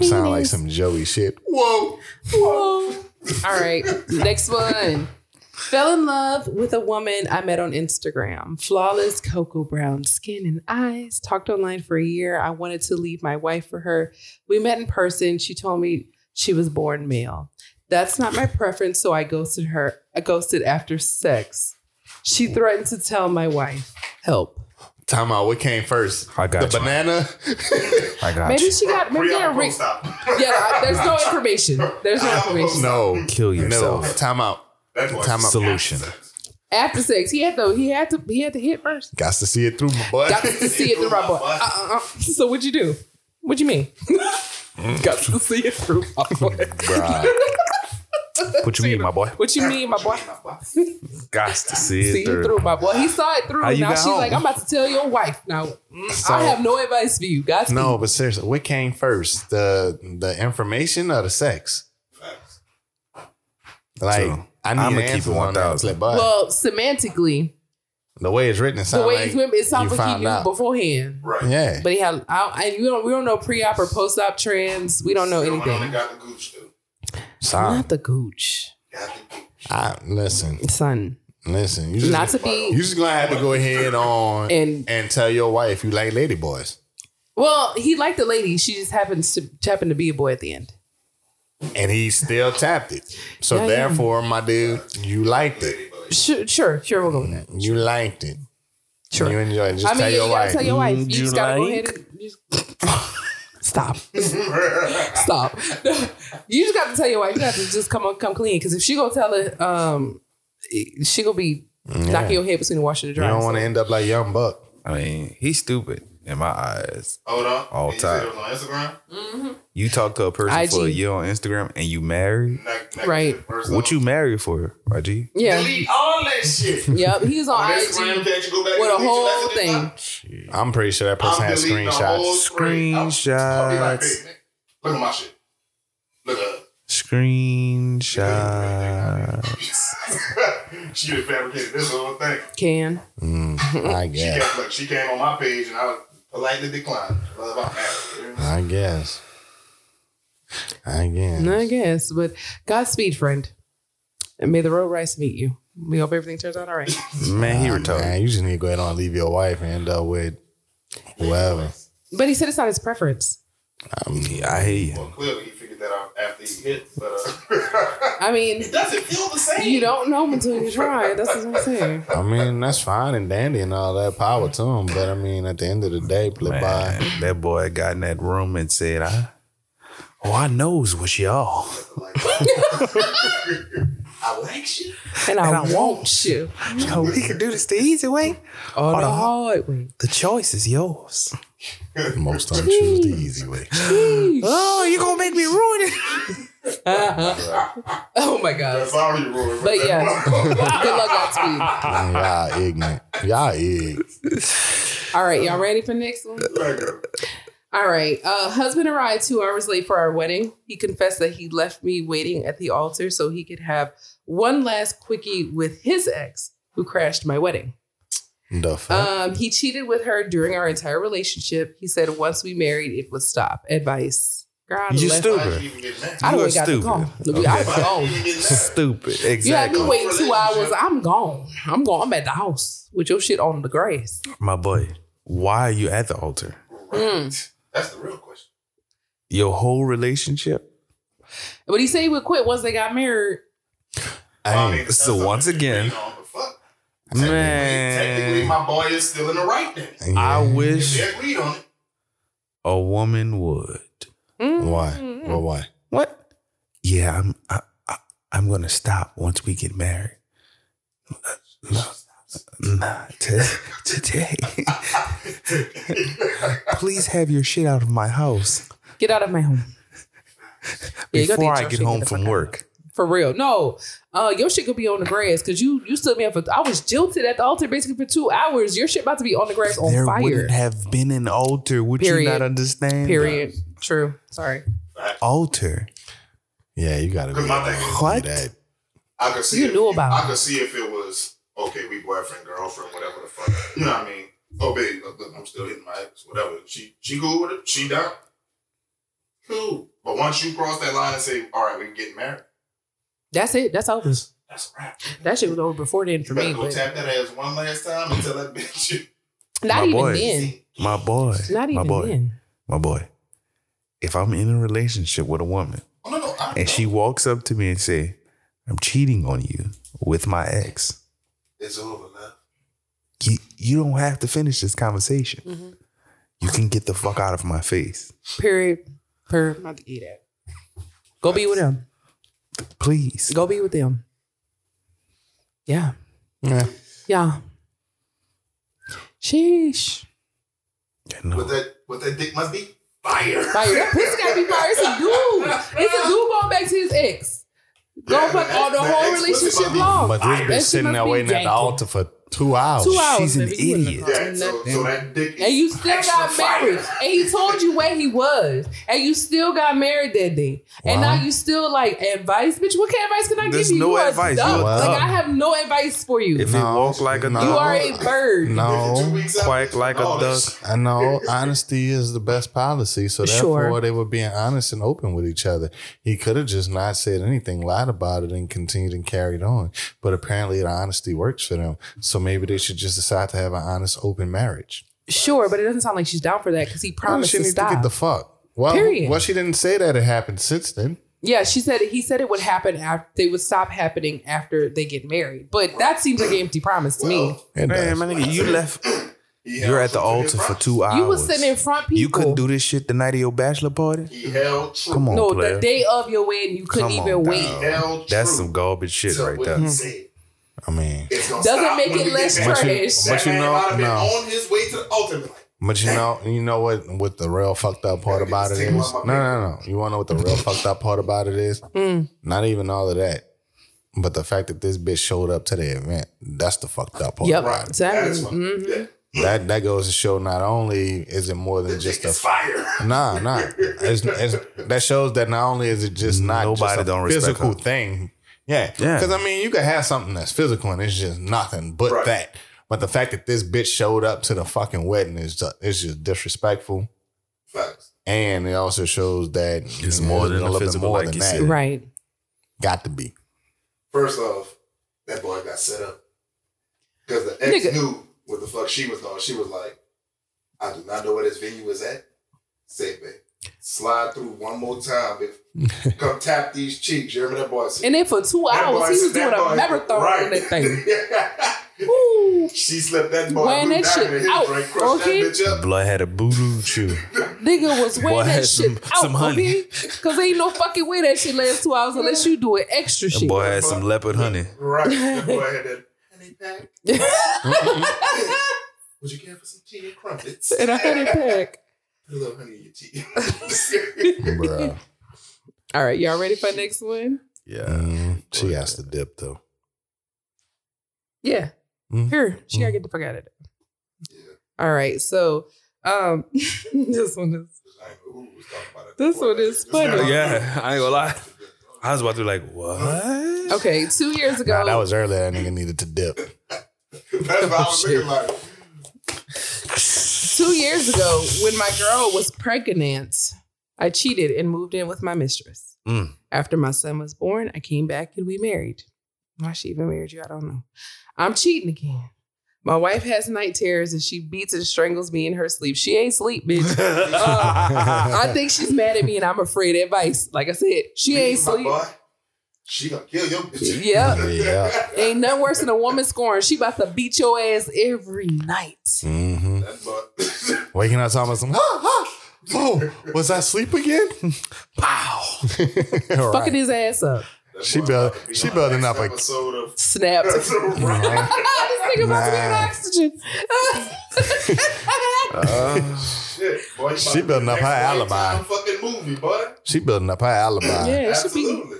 B: Sound like some Joey shit.
D: Whoa.
A: All right, next one. Fell in love with a woman I met on Instagram. Flawless cocoa brown skin and eyes. Talked online for a year. I wanted to leave my wife for her. We met in person. She told me she was born male. That's not my preference, so I ghosted her. I ghosted after sex. She threatened to tell my wife. Help.
B: Time out. What came first?
C: I got
B: the
C: you.
B: banana.
C: I got
A: Maybe
C: you.
A: she got maybe
D: Pre-
A: they're
D: pre-
A: re-
D: stop.
A: Yeah, I- there's no information. There's no information.
B: no,
C: Kill
B: no.
C: yourself.
B: Time out.
D: That boy
B: Time out.
C: Solution.
A: After sex, he had to he had to he had to hit first.
B: Got to see it through, my boy.
A: Got to see it through my butt. Uh, uh, uh. So what'd you do? What'd you mean? Got to see it through my butt.
B: Bruh.
C: What you mean, my boy?
A: What you mean, my boy?
C: Got to see it
A: See
C: through.
A: it through my boy. He saw it through.
C: How you
A: Now
C: got
A: she's
C: home?
A: like, I'm about to tell your wife. Now mm,
B: So-
A: I have no advice for you. Guys,
B: No, but seriously, what came first? The the information or the sex? Like
C: True.
B: I need
C: I'ma keep it
B: answers on that.
C: 1000.
B: But
A: well, semantically,
B: the way it's written, it
A: the
B: sounds
A: way
B: like
A: it's written, it sounds
B: you
A: like he
B: found
A: knew
B: out.
A: beforehand.
D: Right.
B: yeah.
A: But he had, I, I, we don't, we don't know pre-op or post-op trends. We don't know
D: Someone only
A: anything.
D: got the gooch too.
B: Sorry,
A: Not the gooch,
D: Got the gooch.
B: I, listen,
A: son.
B: listen. You just,
A: Not to be
B: you just gonna have to go ahead on and,
A: and
B: tell your wife you like lady boys,
A: well, he liked the lady. She just happens to happened to be a boy at the end.
B: and he still tapped it. So
A: Yeah, yeah.
B: therefore, my dude, you liked it.
A: Sure, sure, sure. We'll go with that.
B: You liked it.
A: Sure.
B: You enjoyed. it. Just
A: I mean,
B: tell
A: you
B: your
A: gotta
B: wife.
A: tell your wife. You
C: Mm,
A: just
C: you
A: gotta go
C: like?
A: ahead and just stop.
D: Right.
A: Stop. you just gotta tell your wife. You have to just come on, come clean. Because if she gonna tell her, um, she gonna be knocking your head between the washer and the
B: you
A: dryer.
B: don't want to end up like Young Buck.
C: I mean, he's stupid in my eyes.
D: Hold on.
C: All
D: Did you say
C: time.
D: it was on Instagram?
C: You talk to a person for a
A: IG.
C: year on Instagram and you married.
D: Neck- neck
A: Right.
D: to the first
C: What
D: one.
C: you married for, YG?
A: Yeah.
D: Delete all that shit.
A: Yep. He's on
B: Oh,
D: On
A: IG
D: Instagram, can't you go back
A: with a
D: and delete your
A: whole
D: messages
A: thing.
D: now?
B: I'm pretty sure that person
D: I'm
B: has
D: deleting the whole
B: screenshots.
D: screen. I'll- I'll be like,
C: Screenshots.
D: "Hey, man, Look at my shit. Look at her.
C: Screenshot.
D: she done fabricated this whole thing.
A: Can
B: Mm, I
D: She,
B: guess.
D: kept, look, she came on my page and I politely declined. Love, I'm happy.
B: I guess. I guess.
A: No, I guess. But Godspeed, friend. And may the road rice meet you. We hope everything turns out all right.
C: Man, he
B: Nah,
C: retarded.
B: Man, you just need to go ahead and leave your wife and end up with whoever.
A: But he said it's not his preference.
B: I'm,
C: I hate you.
D: Well, clearly he figured that out after he hit, but uh,
A: I mean,
D: it doesn't feel the same.
A: you don't know until you try. That's what I'm saying.
B: I mean, that's fine and dandy and all that power to him, but I mean, at the end of the day, play by.
C: Man, that boy got in that room and said, I, oh, I knows what y'all.
D: Like, I like you.
A: And I,
C: And I
A: want you.
C: Yo, we can do this the easy way.
A: All the
C: the
A: hard way.
C: The choice is yours.
B: Most of them choose the easy way.
C: Oh, you gonna make me ruin it.
A: Uh-huh. Oh my God.
D: That's already ruined.
A: But yeah. Good luck, Godspeed.
B: Man, y'all ignorant. Y'all ig.
A: All right, y'all ready for next one? All right. Uh, husband arrived two hours late for our wedding. He confessed that he left me waiting at the altar so he could have one last quickie with his ex who crashed my wedding.
B: The fuck?
A: Um, he cheated with her during our entire relationship. He said once we married, it would stop. Advice. God,
C: You
A: left-
C: stupid.
D: Why'd you even get mad?
A: I Oh.
C: You
A: don't
C: are
A: even got the
C: stupid.
A: call. I was
C: Okay.
A: gone.
D: Why'd you even get mad?
C: Stupid.
A: You had me
C: Exactly.
A: waiting two hours. I'm gone. I'm gone. I'm at the house with your shit on the grass.
C: My boy, why are you at the altar?
A: Mm.
D: Right. That's the real question.
C: Your whole relationship?
A: But he said he would quit once they got married.
D: Well,
B: Hey,
D: mean, that's
C: so
D: something
C: once
D: you can
C: again-
D: read on, but fuck. Technically,
C: Man,
D: my boy is still in the right then.
C: I
B: yeah.
D: If
C: wish
D: they agreed on it.
C: a woman would.
A: Mm.
B: Why? Well, why?
C: What? Yeah, I'm. I, I, I'm gonna stop once we get married. Not today. Please have your shit out of my house
A: Get out of my home. Yeah, you gotta
C: before
A: get
C: I
A: your
C: get
A: shit
C: home
A: the
C: from
A: fuck out.
C: work.
A: For real. No. Uh, your shit could be on the grass because you you stood me up for I was jilted at the altar basically for two hours. Your shit about to be on the grass on
C: there
A: fire.
C: wouldn't have been an altar. Would
A: Period.
C: you not understand?
A: Period. True. Sorry.
C: Altar.
B: Yeah, you gotta be.
D: Cause my thing is,
C: What?
B: That.
D: I could see
A: You
D: if,
A: knew about
D: I
A: it.
D: could see if it was okay. We boyfriend, girlfriend, whatever the fuck. You know what I mean? Oh, baby, look, look, I'm still hitting my ex. Whatever. She she cool with it. She down. Cool. But once you cross that line and say, "All right, we can get married,"
A: That's it. That's over.
D: that's a wrap.
A: That shit was over before then
D: You
A: for
D: better
A: me.
D: go
A: But
D: tap that ass one last time and tell that bitch. you-
A: not
C: My
A: even
C: boy.
A: then.
C: My boy.
A: Not
C: my
A: even
C: boy.
A: then.
C: My boy. If I'm in a relationship with a woman
D: Oh, no, no, I
C: and she walks up to me and say, "I'm cheating on you with my ex,"
D: it's over, love.
C: you you don't have to finish this conversation.
A: Mhm.
C: You can get the fuck out of my face,
A: Period. Period. Not to eat at. Go be with them.
C: please.
A: Go be with them. Yeah.
B: Yeah.
A: Yeah. Sheesh.
C: No.
D: What that what that dick must be fire.
A: Like that pussy gotta be fired. It's a dude. It's a dude going back to his ex. Go
D: Yeah,
A: fuck
D: that-
A: all the
D: that
A: whole
D: ex pussy
A: relationship
D: must be
A: long.
B: But this
D: That
A: Oh,
B: bitch
A: shit
B: sitting
A: must
B: there
A: be
B: waiting at the
A: janky.
B: altar for two hours.
A: Two hours.
C: She's an
A: baby. You wouldn't have caught
C: idiot.
D: Yeah, so,
A: nothing.
D: so that dick is
A: And you still
D: extra
A: got
D: on
A: got
D: fire.
A: married, and he told you where he was, and you still got married that day, and
B: Wow.
A: now you still like advice, bitch. What kind of advice can I
C: There's
A: give you?
C: no
A: You are
C: advice.
A: dumb.
B: You a
A: Like
B: thug.
A: I have no advice for you.
C: If
B: No,
C: it walk like a
B: no.
A: you
C: dog,
A: are a bird.
D: Two
B: No,
D: weeks out,
C: Quack like a
D: all
C: duck.
D: this-
B: I know honesty is the best policy. So
A: Sure.
B: therefore, they were being honest and open with each other. He could have just not said anything, lied about it, and continued and carried on. But apparently, the honesty works for them. So maybe they should just decide to have an honest, open marriage.
A: Sure, but it doesn't sound like she's down for that
C: Oh,
A: because he
B: Well,
A: promised
B: she
A: to
B: needs to
A: stop.
B: get the fuck. Well,
A: Period.
B: well, she didn't say that it happened since then.
A: yeah, she said he said it would happen after they would stop happening after they get married. But that seems like an empty promise to me.
D: Well,
B: It
C: man,
B: does.
C: my nigga, you left.
D: he held
C: You're at the
D: true to
C: altar
D: his
C: for
D: promise.
C: two hours.
A: You were sitting in front people.
C: You couldn't do this shit the night of your bachelor party.
D: He held true.
C: Come on,
A: no,
C: player.
A: the day of your wedding, you couldn't
C: Come on
A: even
C: now.
A: wait.
D: He held
C: That's
D: true
C: some garbage shit
D: to
C: right
D: what
C: there.
D: he said.
B: I mean,
D: It's gonna
A: Hmm. Doesn't
D: stop
A: make
D: when
A: it
D: we
A: less
D: get back.
B: but you,
A: Trash.
B: but you
D: might
B: know,
D: have been
B: no.
D: on his way to the altar. like,
B: But you know, you know what? What the real fucked up part about it is? No, no, no. You want to know what the real fucked up part about it is?
A: Mm.
B: Not even all of that, but the fact that this bitch showed up to the event. That's the fucked up part.
A: Yep.
B: About it.
A: Exactly.
D: That's one.
A: Mhm.
D: Yeah.
B: That that goes to show. Not only is it more than just
D: Just
B: a
D: is fire.
B: nah, nah. It's, it's, that shows that not only is it just not
C: Nobody
B: just a
C: don't respect
B: physical
C: her.
B: thing. Yeah,
C: Yeah.
B: Because I mean, you could have something that's physical and it's just nothing but
D: Right.
B: that. But the fact that this bitch showed up to the fucking wedding is just, it's just disrespectful.
D: Facts.
B: And it also shows that
C: It's more than a physical, like you said.
A: Right.
B: Got to be.
D: First off, that boy got set up because the ex
A: Nigga.
D: knew what the fuck she was on. She was like, "I do not know where this venue is at. Say, babe, slide through one more time. If come tap these cheeks. You remember that boy? said-
A: And then for two
D: that
A: hours,
D: boy
A: he was
D: said-
A: doing
D: that
A: a
D: boy-
A: marathon on that thing. Woo.
D: she slept that boy
A: Wearing
D: blue
A: that shit
D: diamond in his
A: out,
D: drink, crushed
A: okay?
D: that bitch up.
C: Blood had a boo-doo chew.
A: Nigga was wearing
C: Boy, I
A: that
C: had
A: shit
C: some-
A: out,
C: some honey.
A: okay? Because ain't no fucking way that shit lasts two hours unless you do it extra
C: That
A: shit.
C: boy had some leopard honey.
D: Right, that boy had that. Honey pack. Would you care for some tea and crumpets?
A: and I had it pack.
D: Put a little honey in your tea.
B: Bruh.
A: All right, y'all ready for next one?
C: Yeah.
B: Mm, she has to dip though.
A: Yeah.
B: Mm.
A: Here, she gotta get the fuck out of there.
D: yeah.
A: All right, so um this one is
D: I ain't- who was talking about it
A: This
D: before
A: one
D: that?
A: is funny.
C: Yeah, I ain't gonna lie. I was about to be like, what?
A: okay, two years ago.
B: Nah, that was earlier. That nigga needed to dip.
D: That's what I
C: Oh,
D: was looking like.
A: two years ago when my girl was pregnant i cheated and moved in with my mistress
C: Mm.
A: after my son was born i came back and we married why she even married you i don't know i'm cheating again my wife has night terrors and she beats and strangles me in her sleep she ain't sleep bitch Uh, i think she's mad at me and i'm afraid of advice like i said she ain't
D: My
A: sleep
D: boy, She gonna kill your bitch.
A: Yep.
B: Yeah.
A: ain't nothing worse than a woman scorn she about to beat your ass every night
B: hmm
C: Mm-hmm.
D: That boy.
B: Waking up talking about some. "Ah, ah, oh, was I asleep again?
C: Pow.
B: All
A: fucking
B: right.
A: his ass up
D: That
B: She
D: boy
B: built-
D: about to be
B: she
D: on
B: building
D: the
B: up
D: next
B: a-
D: episode of.
A: snapped
D: Right.
A: this nigga about to be on
B: Nah. Uh,
A: oxygen.
D: Shit, boy, you
B: She
D: about to
B: building
D: be
B: up
D: next
B: her alibi.
D: lifetime Fucking movie, boy.
B: She building up her alibi.
A: yeah, it should be.
D: Absolutely.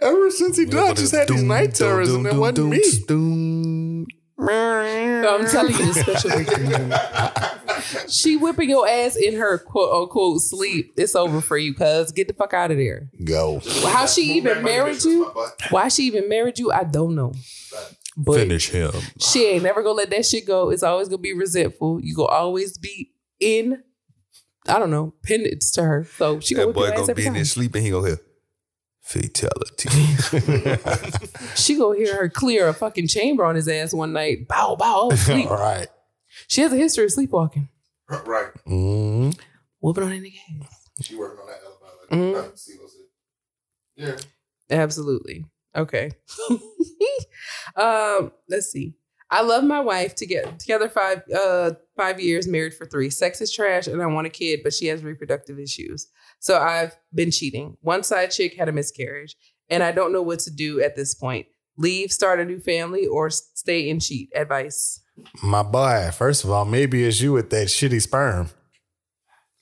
B: Ever since he died, I just had these
C: Doom,
B: night
C: doom,
B: terrors,
C: doom,
B: and it
C: doom,
B: wasn't
C: doom,
B: me.
C: doom.
A: I'm telling you, this special weekend. She whipping your ass in her quote unquote sleep. It's over for you, cuz. Get the fuck out of there.
B: Go.
A: Well, how she
D: Move
A: even
D: back by the
A: married
D: bitches,
A: you?
D: my boy.
A: Why she even married you, I don't know. But
C: him.
A: she ain't never gonna let that shit go. It's always gonna be resentful. You gonna always be in, I don't know, pendants to her. So she gonna
C: That
A: whip
C: boy
A: your ass
C: gonna
A: every
C: be in
A: time.
C: his sleep and he gonna hear fatality.
A: She gonna hear her clear a fucking chamber on his ass one night. Bow, bow, sleep.
B: All right.
A: She has a history of sleepwalking.
D: Right.
C: Mm-hmm.
B: Mm,
A: Whooping on that nigga ass.
D: She working on that alibi. Like,
A: Mhm.
D: right, see what's it. Yeah.
A: Absolutely. Okay. um, let's see. I love my wife to get together five uh five years, married for three. Sex is trash and I want a kid, but she has reproductive issues. So I've been cheating. One side chick had a miscarriage, and I don't know what to do at this point. Leave, start a new family, or s- stay and cheat. Advice.
B: my boy, first of all, maybe it's you with that shitty sperm.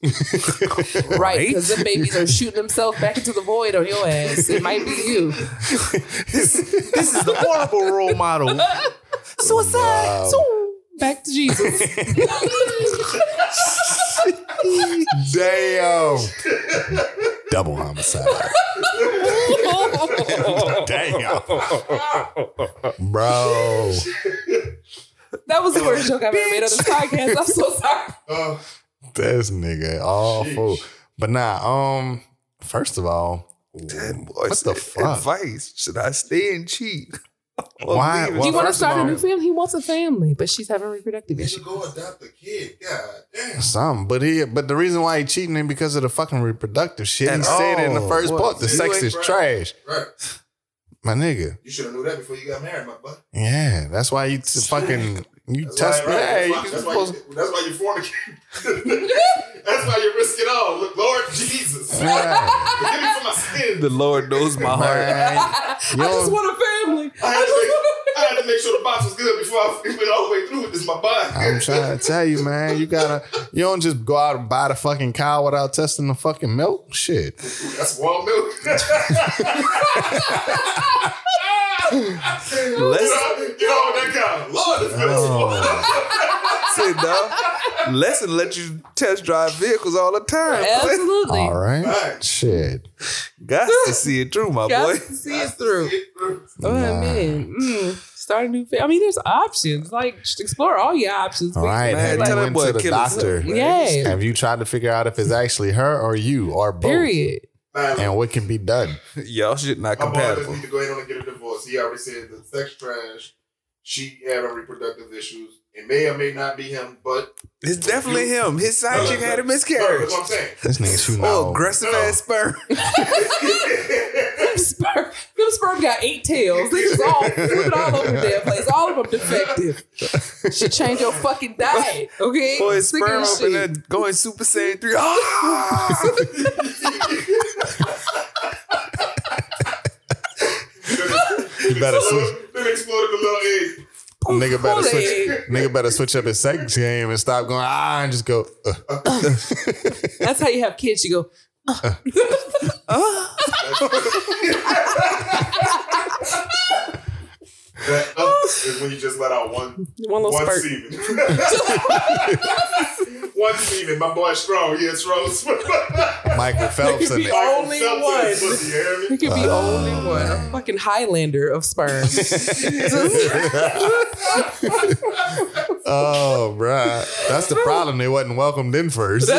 A: Right, because the babies are shooting themselves back into the void on your ass. It might be you.
C: this is the horrible role model.
B: Suicide.
A: back to Jesus.
B: Damn. Double homicide. Damn. Bro.
A: that was the worst joke I've ever made on this podcast. I'm so sorry.
D: Uh,
B: This nigga awful.
D: Sheesh.
B: But nah, um, first of all, what the fuck?
C: Advice: Should I stay and cheat? Or
B: Why-
C: leave?
B: why- Well,
A: you want to
B: first of
A: start a
B: all-
A: new family? He wants a family, but she's having reproductive
D: you
A: issues.
D: should go adopt a kid. God damn.
B: Some, but he, but the reason why he cheating is because of the fucking reproductive shit.
C: And-
B: he said it in the
C: oh,
B: first
C: what?
B: part, the
D: You
B: sex
D: ain't
B: is
D: right.
B: trash,
D: Right.
B: my nigga.
D: You should have knew that before you got married, my boy.
B: Yeah, that's why you t- fucking you
D: That's
B: test
D: why,
B: yeah,
D: right,
B: you
D: that's, why,
B: supposed-
D: that's, why you, that's why you're fornicating. that's why you risk it all. Look, Lord Jesus. Forgive me
B: Yeah,
D: for my sin.
C: The Lord knows my heart.
B: man.
A: I
B: Yo.
A: just want a family.
D: I
A: I
D: had, to
A: just
D: make,
A: want
D: I had to make sure the box was good before I went all the way through with this. My body.
B: I'm trying to tell you, man. You gotta, you don't just go out and buy the fucking cow without testing the fucking milk. Shit,
D: Ooh, that's warm milk.
C: Let's
D: Get on that guy. Lord, this
B: Oh.
D: feels warm.
C: say dog. Lesson let you test drive vehicles all the time.
A: Absolutely.
B: all right,
D: Alright.
B: shit.
C: Got to see it through, my
A: Got
C: boy.
A: to see it through. Oh,
B: Nah.
A: man. Mm, start a new family. I mean, there's options. Like, just explore all your options.
B: All right,
C: Man,
B: have
C: tell
B: you
C: that
B: went
C: boy
B: to the
C: kill himself,
B: doctor?
C: man.
A: Yeah.
B: Have you tried to figure out if it's actually her or you or both,
A: Period.
B: and what can be done?
C: Y'all shit not
D: My boy just
C: compatible.
D: need to go ahead and get a divorce. He already said the sex trash. She had her reproductive issues. It may or may not be him, but
C: It's definitely him. His side chick had a
D: no,
C: miscarriage.
D: that's what I'm saying.
B: This nigga shooting
C: Oh,
B: all
C: aggressive
D: No.
C: ass sperm.
A: Them sperm, them sperm got eight tails. They just all flipping all over the damn place. All of them defective. Should change your fucking diet, okay?
C: Boy, his
A: Sick of
C: sperm
A: this
C: up in
A: shit.
C: there going Super Saiyan 3. Ah!
B: You better switch.
D: Then exploded the little egg.
B: Nigga better
A: Kool-Aid.
B: switch. Nigga better switch up his sex game and stop going ah and just go. Uh.
A: That's how you have kids. You go,
C: Ah.
D: That up is when you just let out one
A: one little
D: one
A: sperm.
D: semen. one semen. My boy strong. Yeah, strong.
B: Michael Phelps in
A: be
B: it.
A: all- Only
D: Phelps
A: one.
D: in his Pussy, you hear
A: You
D: me?
A: could be only one. A fucking Highlander of sperm.
B: Oh, bruh. That's the problem. They wasn't welcomed in first.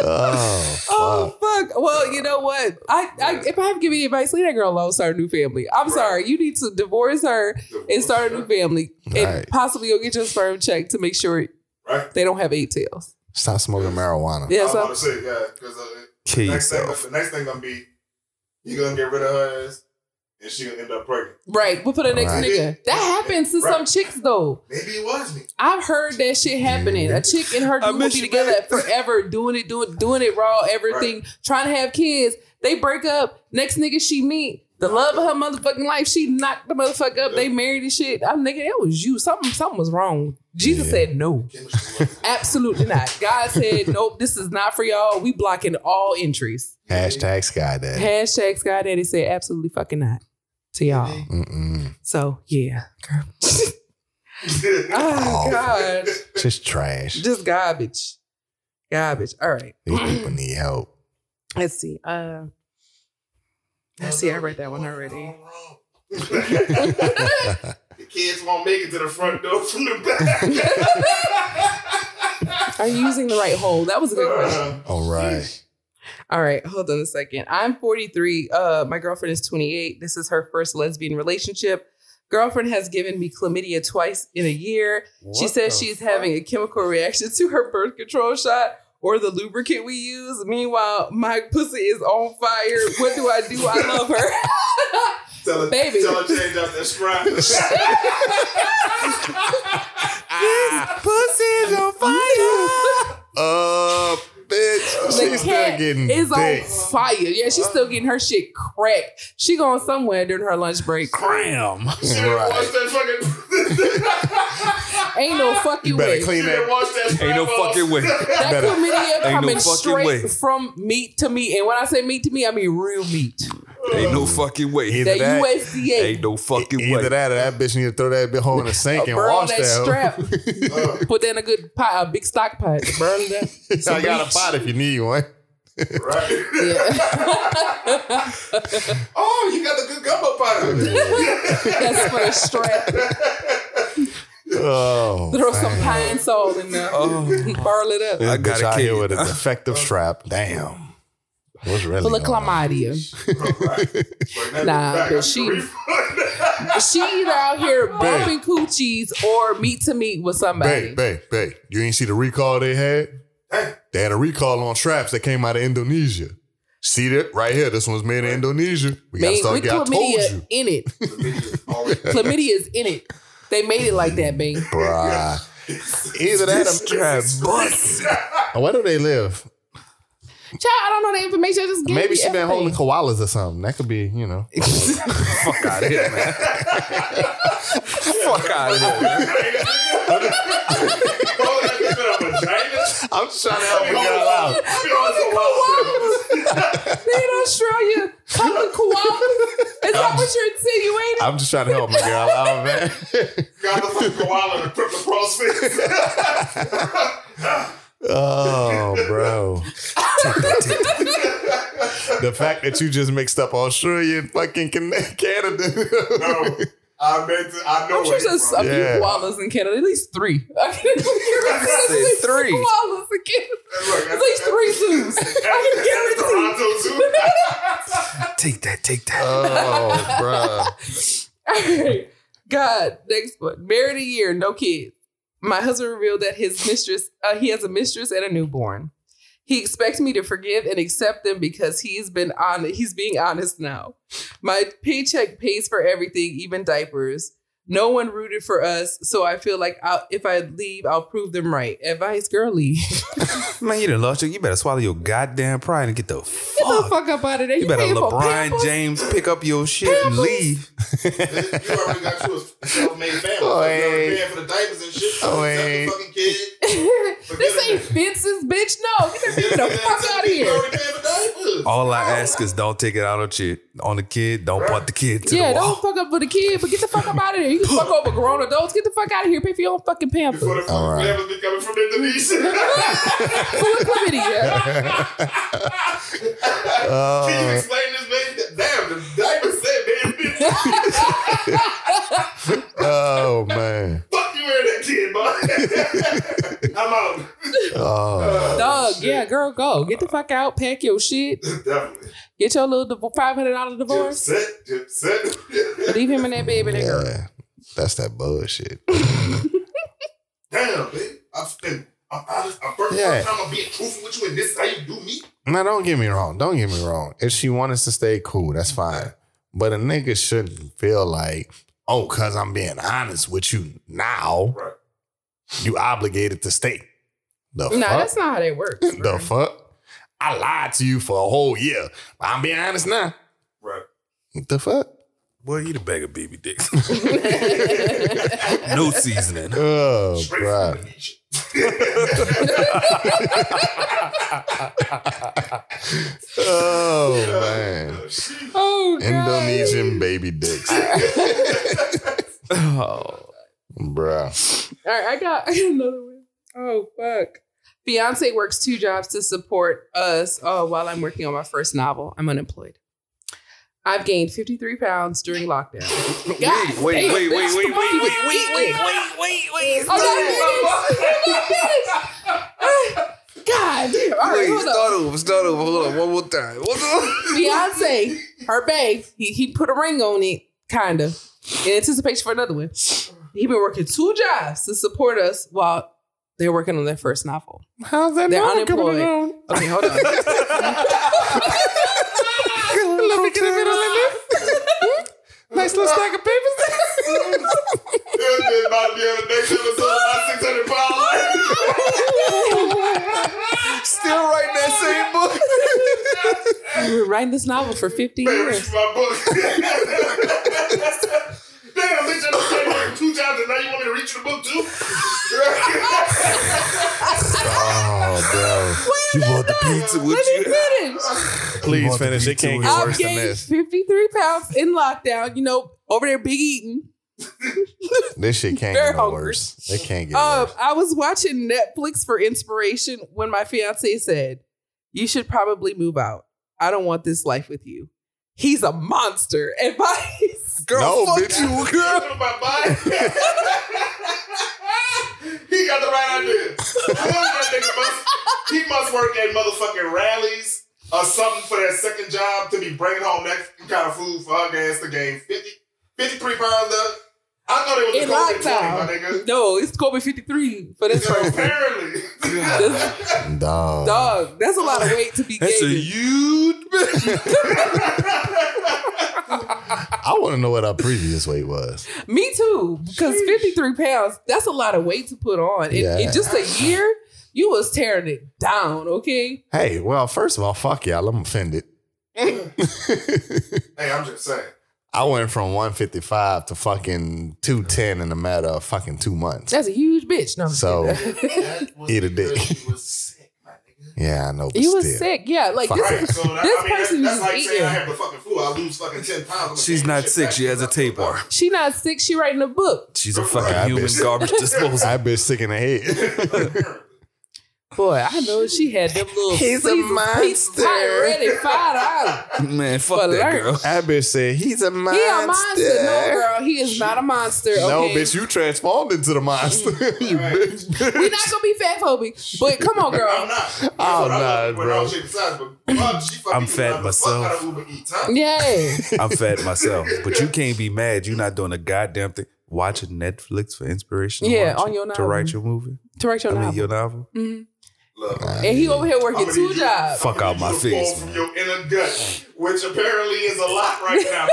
B: oh,
A: Oh fuck! Well, you know what? I, I if I have given you advice, leave that girl alone. Start a new family. I'm sorry. You need to divorce her and start a new family, and
B: Right.
A: possibly go get your sperm checked to make sure
D: Right.
A: they don't have eight tails.
B: stop smoking marijuana.
A: Yeah.
D: I was
A: So
D: about to say, yeah, because uh,
C: Kill
D: next thing,
C: yourself.
D: the next thing gonna be you gonna get rid of her ass, and she gonna end up pregnant.
A: right, we'll put the next
B: Right.
A: nigga. That happens to
D: Right.
A: some chicks though.
D: Maybe it was me.
A: I've heard that shit happening. A chick and her
C: I
A: dude will
C: miss
A: be
C: you,
A: together
C: babe.
A: forever, doing it, doing doing it raw, everything, trying to have kids. They break up. Next nigga she meet, the love of her motherfucking life, she knocked the motherfucker up. They married and shit. I'm nigga, that was you. Something something was wrong. Jesus
B: Yeah.
A: said no.
D: Chemistry wasn't there.
A: Absolutely not. God said, nope, this is not for y'all. We blocking all entries.
B: Hashtag Sky Daddy.
A: Hashtag Sky Daddy said, absolutely fucking not to y'all.
B: Mm-mm.
A: So, yeah, girl. oh, God.
B: Just trash.
A: Just garbage. Garbage. All right.
B: These people need help.
A: Let's see. Uh, let's see. I read that one already.
D: the kids won't make it to the front door from the back.
A: Are you using the right hole? That
D: Uh,
A: was a good question.
B: All right.
A: All right, hold on a second. I'm 43. Uh, my girlfriend is 28. This is her first lesbian relationship. Girlfriend has given me chlamydia twice in a year. she says she's having a chemical reaction to her birth control shot or the lubricant we use. Meanwhile, my pussy is on fire. What do I do? I love her.
D: Tell her,
A: Baby.
D: Tell her change out that strap.
A: Ah!
C: Pussy's on fire.
B: Uh,
A: The
B: bitch. She's still
A: cat
B: getting
A: is
B: dick.
A: on fire. Yeah, she's still getting her shit cracked. She going somewhere during her lunch break.
C: Cram.
D: She didn't
B: Right.
D: wash that fucking.
A: Ain't no fucking
B: You better
A: way.
D: she
B: clean that
D: didn't wash that strap
C: Ain't no
D: off.
C: fucking way.
A: That
B: Better-
A: chlamydia
C: Ain't no
A: coming
C: fucking
A: straight
C: way.
A: from meat to meat. And when I say meat to meat, I mean real meat.
C: Ain't no fucking way.
B: Either
A: That
B: that-
A: USDA.
C: Ain't no fucking way.
B: Either that or that bitch need to throw that bit hole in the sink and
A: burn
B: wash
A: that
B: that.
A: strap.
D: Uh,
A: Put that in a good pot, a big stock pot. Burn that.
B: I
A: some
B: got
A: bleach.
B: a pot if you need one.
D: right.
A: Yeah.
D: Oh, you got the good gumbo pot out there.
A: That's for the strap.
B: Oh,
A: Throw some
B: man.
A: pine salt in there.
C: Oh.
A: Burl it up.
B: This
C: I
B: bitch
C: gotta
B: out
C: kick
B: here
C: it.
B: with a defective strap. Damn, what's really
A: Full of
B: going on?
A: chlamydia.
D: right. Bring that
A: Nah,
D: back.
A: but she-
D: Refund.
A: She either out here bumping coochies or meet to meet with somebody.
B: Babe, babe, babe. You ain't see the recall they had?
D: Hey.
B: They had a recall on straps that came out of Indonesia. See that right here? This one's made in Indonesia. We gotta
A: Man,
B: start
A: with
B: getting. I told
A: chlamydia
B: you,
A: in it.
D: The video's already-
A: Chlamydia is in it. They made it like that, babe.
B: bruh. Either
C: This
B: that,
C: strap bust.
B: or, where do they live?
A: Child, I don't know the information. I just gave
B: Maybe
A: you
B: she been
A: everything.
B: holding koalas or something. That could be, you know.
C: Fuck out of here, man. Fuck out of here. Man.
D: Oh, that bitch got a vagina?
A: Oh,
B: I'm just trying to help
D: Hey, hold on. She also lost it.
A: They in Australia holding koalas. Is that what you're insinuating?
B: I'm just trying to help my girl out, man.
D: Got the fucking koala and crippled CrossFit.
B: oh, bro. the fact that you just mixed up Australia and fucking Can- Canada.
D: no, I meant to, I know
A: I'm sure
D: where you
A: there's a
D: from.
A: few
B: Yeah.
A: koalas in Canada, at least three. I can guarantee
C: Three.
A: koalas in Canada.
D: Look,
A: At least three zoos. I
D: that's
A: can guarantee.
D: Toronto too.
C: Take that, take that.
B: oh, bro.
A: Alright. God, next one. Married a year, no kids. My husband revealed that his mistress, uh, he has a mistress and a newborn. He expects me to forgive and accept them because he's been on. He's being honest now. My paycheck pays for everything, even diapers. No one rooted for us, so I feel like I'll, if I leave, I'll prove them right. Advice, girl, leave.
C: Man, you done lost your. You better swallow your goddamn pride and get the
A: Get the
C: fuck.
A: fuck up out of there.
C: You better
A: paying for
C: LeBron
A: Pampers?
C: James pick up your shit and leave.
D: You already got you a self-made family.
B: Oh,
D: Oh, you already
B: hey.
D: paying for the diapers and shit.
B: Oh,
D: Oh,
B: hey.
D: the fucking kid.
A: this ain't fences, bitch. No, get the, get the fuck out of
D: You
A: here.
D: already paying for diapers.
C: All I ask is don't take it out on shit on the kid. Don't put the kid to
A: Yeah,
C: the
A: don't
C: wall.
A: fuck up with a kid, but get the fuck up out of there. You can fuck over grown adults. Get the fuck out of here. Pay for your own fucking pampers.
D: Before the fucking
B: All right.
D: diapers be coming from Indonesia.
A: Full of chlamydia.
D: Can you
B: Oh,
D: explain this, baby? Damn, the diapers said, baby.
B: oh, man.
D: Fuck you and that kid, boy. I'm out. Uh,
B: Oh,
A: Dog, yeah, girl, go. Get the fuck out. Pack your shit.
D: Definitely.
A: Get your little div- $500
D: Dip
A: divorce.
D: set, dip set.
A: Leave him and that baby and that girl.
B: yeah. That's that bullshit.
D: Damn, babe. I've been, I'm honest. I'm first
B: Yeah.
D: time I'm being truthful with you, and this is how you do me.
B: Now, don't get me wrong. Don't get me wrong. If she wants to stay cool, that's fine. But a nigga shouldn't feel like, oh, because I'm being honest with you now,
D: Right.
B: you obligated to stay. The
A: Nah,
B: fuck?
A: that's not how that works.
B: the fuck? I lied to you for a whole year. But I'm being honest now.
D: Right.
B: What the fuck?
C: Boy, you the bag of baby dicks.
A: bro.
C: no seasoning.
B: Oh,
D: Straight
B: bro.
D: from Indonesia.
B: Oh, man.
D: Oh, shit.
A: oh, God.
B: Indonesian baby dicks.
C: Oh.
B: Bruh.
A: All right, I got, I got another one. Oh fuck. Fiance works two jobs to support us uh, while I'm working on my first novel. I'm unemployed. I've gained 53 pounds during lockdown.
C: Wait,
A: God
C: wait, wait,
A: damn, Oh,
C: wait, wait,
A: bitch,
C: wait, wait,
A: come on.
C: wait, wait, wait, wait, wait, wait.
A: I'm not finished. I'm not finished. Ah, God damn. All right,
C: Wait,
A: hold up.
C: start over, start over. Hold on, one more time. Hold on.
A: Beyonce, her babe, he, he put a ring on it, kinda, in anticipation for another one. He been working two jobs to support us while they're working on their first novel.
B: How's that
A: They're
B: mom coming
A: unemployed.
B: along?
A: Okay, hold on.
B: Let me get a little Nice little stack of papers.
D: This bitch about to be on the next episode of my 600 pounds.
C: Still writing that same book.
A: We were writing this novel for 50
D: Baby, read
A: years.
D: my book. Damn, bitch, I'm just working two jobs, and now you want me to read you the book, too?
B: Oh, bro.
A: Wait
C: You bought the pizza with
A: Let me
C: you.
A: finish.
B: Please
C: want to
B: finish.
C: be
B: It can't
C: too
B: get
C: It's
A: I've
B: worse than
A: gained
B: this.
A: 53 pounds in lockdown. You know, over there, Big Eating.
B: This shit can't
A: Very
B: get no
A: hungry.
B: worse. It can't get
A: Um,
B: worse.
A: I was watching Netflix for inspiration when my fiance said, You should probably move out. I don't want this life with you. He's a monster. And by girl,
B: No,
A: fuck
B: bitch,
A: you.
B: you girl.
D: my body. he got the right idea. I know that nigga must- he must work at motherfucking rallies or something for that second job to be bringing home that kind of food for her ass to gain 50, 53 pounds up. I know they was
A: In
D: the COVID 20, my
A: lockdown.
D: nigga.
A: No, it's COVID 53 for this
D: So
A: person.
D: apparently.
A: This-
B: Dog.
A: dog, that's a lot of weight to be
C: That's a
A: gaining.
C: huge bitch.
B: I want to know what our previous weight was.
A: Me too, because 53 pounds, that's a lot of weight to put on. In,
B: Yeah.
A: in just a year, you was tearing it down, okay?
B: Hey, well, first of all, fuck y'all. I'm offended.
D: hey, I'm just saying.
B: I went from 155 to fucking 210 in a matter of fucking two months.
A: That's a huge bitch. No, I'm just
B: So-
A: kidding.
D: That was
B: Eat a dick.
D: because He was sick, my nigga.
B: Yeah, I know. But
A: you was
B: still.
A: sick. Yeah, like this
B: Right.
A: is
D: Right, so that,
A: This
D: I mean, that's-
A: person
D: that's,
A: is
D: like saying I
A: eating.
D: have the fucking flu. I lose fucking 10 pounds. I'm gonna
C: She's
D: gain
C: not
D: shit
C: sick.
D: back.
C: She has a tapeworm.
A: She not sick. She writing a book.
C: She's a
B: Right,
C: fucking human
B: bitch.
C: garbage disposal.
B: That bitch sick in the head.
A: Boy, I know she had them little.
B: He's a
A: Reese's Pieces
B: monster.
A: hot, ready, five dollars.
C: Man, fuck
A: But
C: that
A: learn.
C: girl.
B: that bitch said, he's a
A: He
B: monster.
A: a monster. No, girl, he is not a monster. Okay?
B: No, bitch, you transformed into the monster. you
D: Right.
B: bitch,
A: we
B: bitch.
A: not gonna be fat phobic. But come on,
D: I'm
A: girl.
D: not. That's what
B: Oh,
D: I love
B: nah,
D: when I
B: bro.
D: was shaking sides, but fuck, she fucking
C: I'm
D: eating
C: fat
D: out the fuck out of Uber Eats, huh?
A: Yeah,
C: I'm fat myself, but you can't be mad. You're not doing a goddamn thing. Watching Netflix for inspiration.
A: Yeah,
C: watching-
A: on your
C: to
A: novel.
C: write your movie.
A: to write your
C: I mean
A: novel.
C: your novel.
A: Mhm.
D: Look, I'm
A: And he over here working
D: gonna need
A: two
D: you-
A: jobs.
C: Fuck
D: I'm gonna
C: out my
D: need you to
C: face,
D: pull From
C: man.
D: your inner gut, which apparently is a lot right now.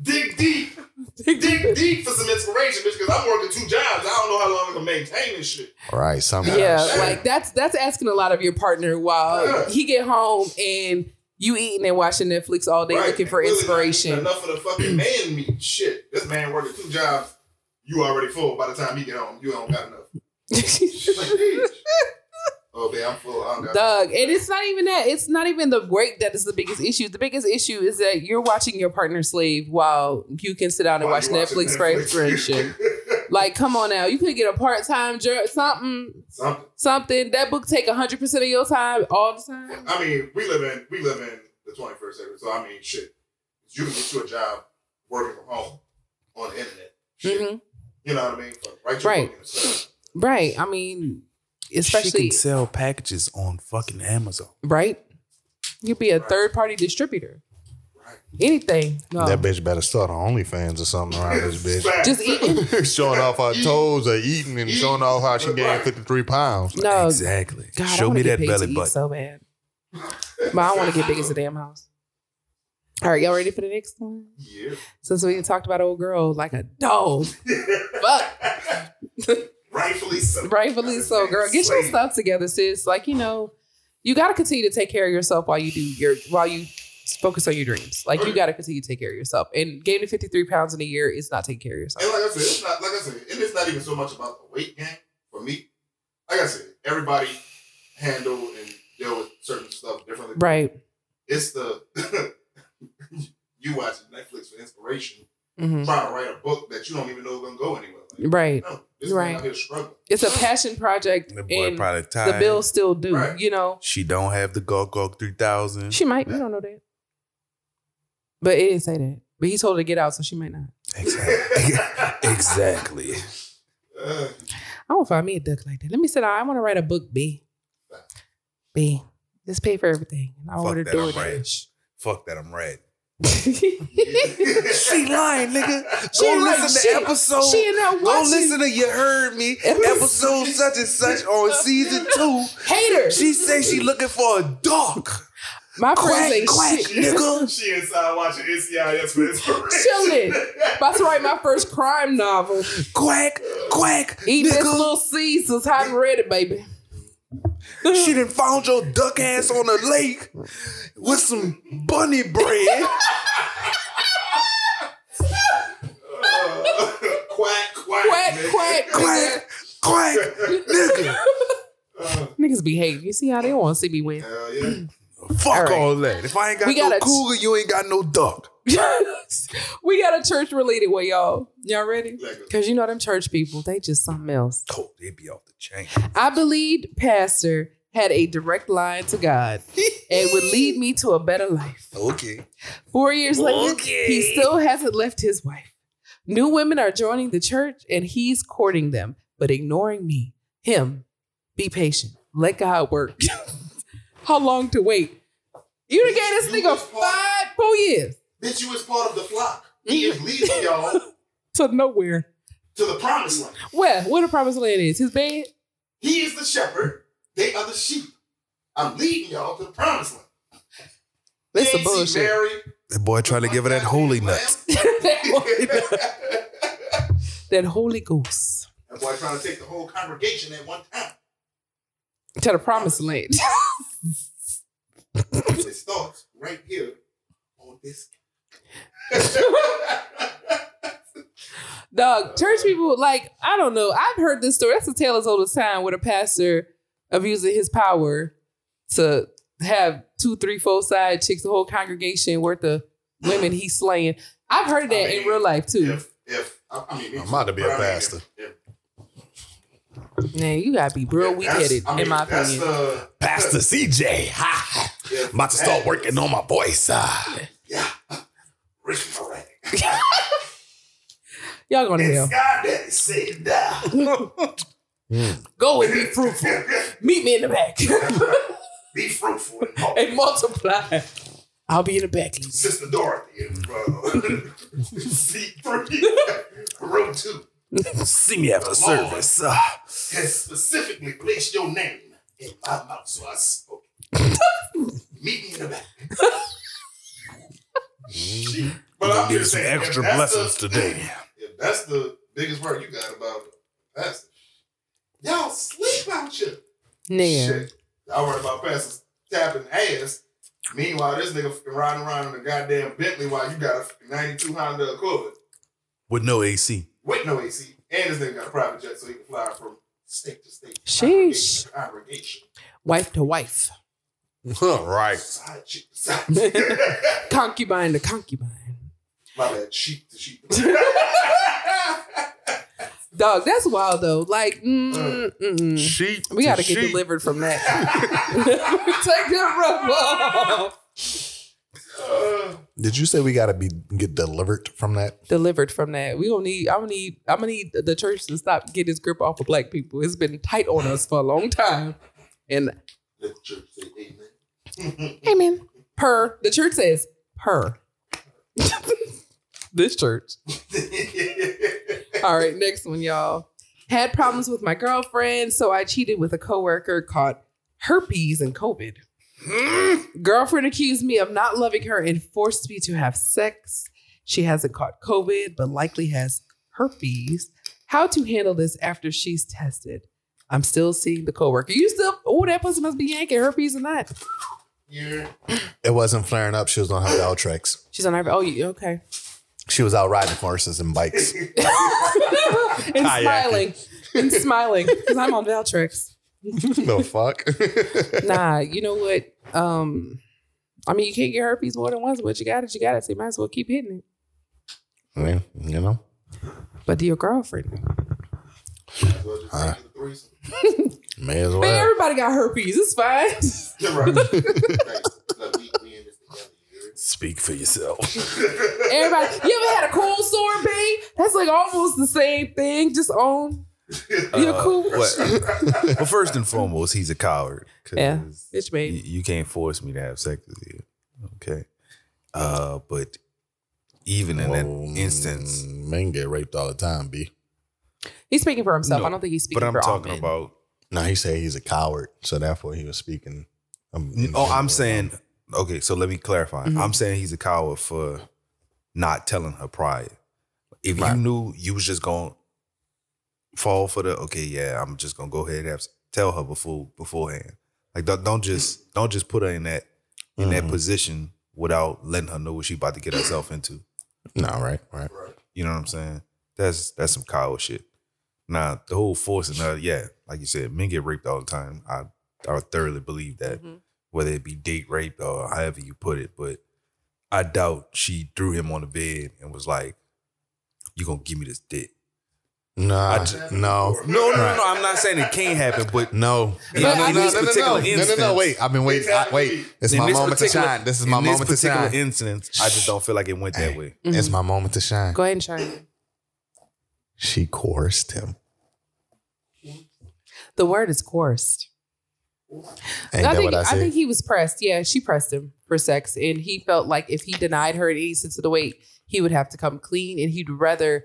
D: Dig deep. Dig deep for some inspiration, bitch, because I'm working two jobs. I don't know how long I can maintain this shit.
B: All right, somehow.
A: Yeah,
D: shit.
A: like that's that's asking a lot of your partner while he get home and you eating and watching Netflix all day
D: Right.
A: looking for
D: Really not
A: inspiration.
D: Enough of the fucking man meat shit. This man working two jobs. You already full by the time he get home. You don't got enough. She's like, bitch. oh, man, I'm full. I don't got
A: Doug, and it's not even that. It's not even the weight that is the biggest issue. The biggest issue is that you're watching your partner slave while you can sit down and
D: While
A: watch
D: you watching
A: Netflix for
D: Netflix.
A: inspiration. like, come on now, you could get a part time job, something,
D: something.
A: something. That book take hundred percent of your time all the time.
D: I mean, we live in we live in the 21st century, so I mean, shit. You can get you a job working from home on the internet. Shit.
A: Mhm.
D: You know what I mean? Fuck, write your
A: Right.
D: book and stuff.
A: Right? I mean,
C: she
A: especially
C: can sell packages on fucking Amazon.
A: right. You'd be a
D: Right.
A: third party distributor.
D: Right.
A: Anything. No.
B: That bitch better start her OnlyFans or something around this bitch.
D: Facts.
A: Just eating.
B: showing off her toes or eating and showing off how she gained
D: Right.
B: 53 pounds.
A: No.
C: exactly.
A: God, I
C: Show
A: wanna
C: me
A: get
C: that
A: paid to
C: belly
A: eat
C: button.
A: So bad. But I want to get big as a damn house. All right, y'all ready for the next one?
D: Yeah.
A: Since we talked about old girl like a dog. Fuck.
D: Rightfully so.
A: Rightfully so, girl. Get your stuff together, sis. Like, you know, you gotta continue to take care of yourself while you do your while you focus on your dreams. Like you gotta continue to take care of yourself. And gaining 53 pounds in a year is not taking care of
D: And
A: yourself.
D: like I said, it's not like I said, and it's not even so much about the weight gain for me. Like I said, everybody handle and deal with certain stuff differently.
A: Right.
D: It's the you watching Netflix for inspiration,
A: hmm
D: trying to write a book that you don't even know gonna go anywhere. Like,
A: Right.
D: no, this right.
A: Right.
D: man out here struggling.
A: It's a passion project
C: That boy
A: and
C: probably tired.
A: the bills still do,
D: Right.
A: you know.
C: She don't have the Gog Gog three thousand.
A: She might, we don't know that. But it didn't say that. But he told her to get out, so she might not.
C: Exactly. exactly.
D: Uh,
A: I won't find me a duck like that. Let me sit down. I want to write a book, B. B. Just pay for everything. I
C: Fuck
A: order
C: that, I'm
A: DoorDash.
C: Fuck that. I'm red.
D: she
C: lying, nigga.
A: She like shit.
C: episode.
A: She in there watching.
C: Go listen to you heard me episode such and such on season two.
A: Hater.
C: She say she looking for a dog.
A: My friends
C: Quack
A: ain't
C: quack,
A: shit.
C: nigga.
D: she inside watching NCIS for inspiration. Uh,
A: Chilling. About to write my first crime novel.
C: Quack quack,
A: Eat this
C: nigga.
A: little Caesar's hot and ready, baby.
C: She done found your duck ass on the lake with some bunny bread.
D: Uh, quack, quack,
A: Quack,
D: man.
A: quack,
C: quack quack, nigga.
D: Uh,
A: nigga. niggas be hating. You see how they want to see me win.
D: Hell yeah.
C: Fuck all,
A: right.
C: that. If I ain't got
A: We
C: no
A: gotta-
C: cougar, you ain't got no duck.
A: we got a church related one, y'all. Y'all ready?
D: Like a-
A: Because you know them church people, they just something else.
C: Oh, they be off the chain.
A: I believed pastor had a direct line to God and would lead me to a better life.
C: Okay.
A: Four years later,
C: Okay.
A: he still hasn't left his wife. New women are joining the church and he's courting them, but ignoring me. Him, be patient. Let God work. How long to wait? You done gave this nigga five, four years
D: Bitch, you was part of the flock. He is leading y'all
A: to nowhere.
D: to the promised land.
A: Where? Where the promised land is? His bed?
D: He is the shepherd. They are the sheep. I'm leading y'all to the promised land. They
A: That's some
D: ain't see
A: bullshit.
D: Mary,
C: That boy tried to give her that holy nuts.
D: that
A: that Holy Ghost.
D: boy trying to take the whole congregation at one time.
A: to the promised land.
D: It starts right here on this.
A: Dog, church people, like, I don't know. I've heard this story. That's a tale as old as time where the pastor of using his power to have two, three, four side chicks, the whole congregation worth of women he's slaying. I've heard that in real life too.
D: if, if, I, I mean,
B: I'm about to be a
D: but I mean,
B: pastor.
D: if-
A: Man, you gotta be real
D: if
A: weak
D: that's-
A: headed,
D: I mean,
A: in my
D: that's
A: opinion.
D: the-
C: Pastor CJ. Ha.
D: if
C: About to start
D: that-
C: working on my voice. Ah.
D: Yeah. Rich Morant.
A: Y'all gonna hell.
D: It's God that said that.
A: Go and be fruitful. Meet me in the back
D: Be fruitful and multiply.
A: and multiply. I'll be in the back. Lisa.
D: Sister Dorothy in uh, C three, row two,
C: See me after service. Ah.
D: has specifically placed your name in my mouth, so I spoke. Meet me in the back. but
C: Gonna
D: I'm just
C: give you Mm-hmm. some
D: saying, if
C: extra
D: that's
C: blessings
D: the,
C: today.
D: If that's the biggest word you got about pastors, y'all sleep out your
A: Nah.
D: Shit. I worry about pastors tapping ass. Meanwhile, this nigga fucking riding around in a goddamn Bentley while you got a fucking 92 Honda Accord
C: With no AC.
D: with no AC. And this nigga got a private jet so he can fly from state to state. congregation to
A: Sheesh.
D: Congregation.
A: Wife to wife.
B: right.
D: Side chick to side chick.
A: Concubine to concubine.
D: My bad. Sheep to sheep.
A: Dog, that's wild though. Like, mm, mm,
B: Sheep.
A: we got to
B: to
A: get
B: sheep.
A: delivered from that. Take that rub off.
D: Uh,
B: Did you say we got to be get delivered from that?
A: Delivered from that. We gonna need. I'm gonna need. I'm gonna need the church to stop getting its grip off of black people. It's been tight on us for a long time. And
D: let the church say amen.
A: amen. Per the church says per. this church. All right, next one, y'all. Had problems with my girlfriend, so I cheated with a coworker, caught herpes and COVID. Girlfriend accused me of not loving her and forced me to have sex. She hasn't caught COVID, but likely has herpes. How to handle this after she's tested? I'm still seeing the coworker. You still? Oh, that person must be yanking herpes or not?
D: You're
B: It wasn't flaring up. She was on her Valtrex.
A: She's on her. Oh, you okay?
B: She was out riding horses and bikes.
A: and
B: Kayaking.
A: smiling, and smiling because I'm on Valtrex.
B: the fuck?
A: nah, you know what? Um, I mean, you can't get herpes more than once, but you got it. You got it. So you might as well keep hitting it.
B: I mean, you know,
A: But to your girlfriend,
D: might as well just
B: Huh.
D: take the threesome.
B: may as
A: man,
B: well.
A: everybody got herpes. It's fine.
D: You're right. Like, look, we- we in this together, you heard?
C: Speak for yourself.
A: everybody, you ever had a cold sore, babe? That's like almost the same thing, just on your
C: Uh,
A: cool
C: What? well, first and foremost, he's a coward. 'cause
A: Yeah. bitch,
C: You,
A: babe.
C: you can't force me to have sex with you. Okay. Uh, but even in
B: Well,
C: that instance,
B: men get raped all the time. B.
A: He's speaking for himself.
C: No,
A: I don't think he's speaking
C: but I'm
A: for all
C: talking
A: men.
C: about.
B: No, he said he's a coward, so therefore he was speaking. um, in general.
C: Oh, I'm saying. Okay, so let me clarify.
A: Mhm.
C: I'm saying he's a coward for not telling her prior. If
B: Right.
C: you knew you was just gonna fall for the okay, yeah, I'm just gonna go ahead and have, tell her before beforehand. Like don't, don't just don't just put her in that in that
B: Mhm.
C: position without letting her know what she about to get herself into.
B: No, right, right.
D: Right.
C: You know what I'm saying? That's that's some coward shit. Now the whole forcing her, yeah, like you said, men get raped all the time. I I thoroughly believe that
A: Mm-hmm.
E: Mhm.
C: whether it be date rape or however you put it, but I doubt she threw him on the bed and was like, "You gonna give me this dick?"
B: Nah,
C: I just-
B: no,
C: No, no, no, no. I'm not saying it can't happen, but
B: no,
C: In-
B: no, no,
C: in
B: no,
C: this
B: no, no,
C: particular
B: no, no, no, no,
C: instance-
B: wait. I've been waiting. I, wait, it's
C: in
B: my
C: this
B: moment to
C: particular-
B: shine. This is my
C: in
B: moment to
C: this particular
B: shine.
C: instance, I just don't feel like it went that way.
A: Mm-hmm.
B: It's my moment to shine.
A: Go ahead and shine.
B: She coerced him.
A: The word is coerced.
B: Ain't
A: I
B: that
A: think
B: what I said?
A: think he was pressed. Yeah, she pressed him for sex, and he felt like if he denied her in any sense of the way, he would have to come clean, and he'd rather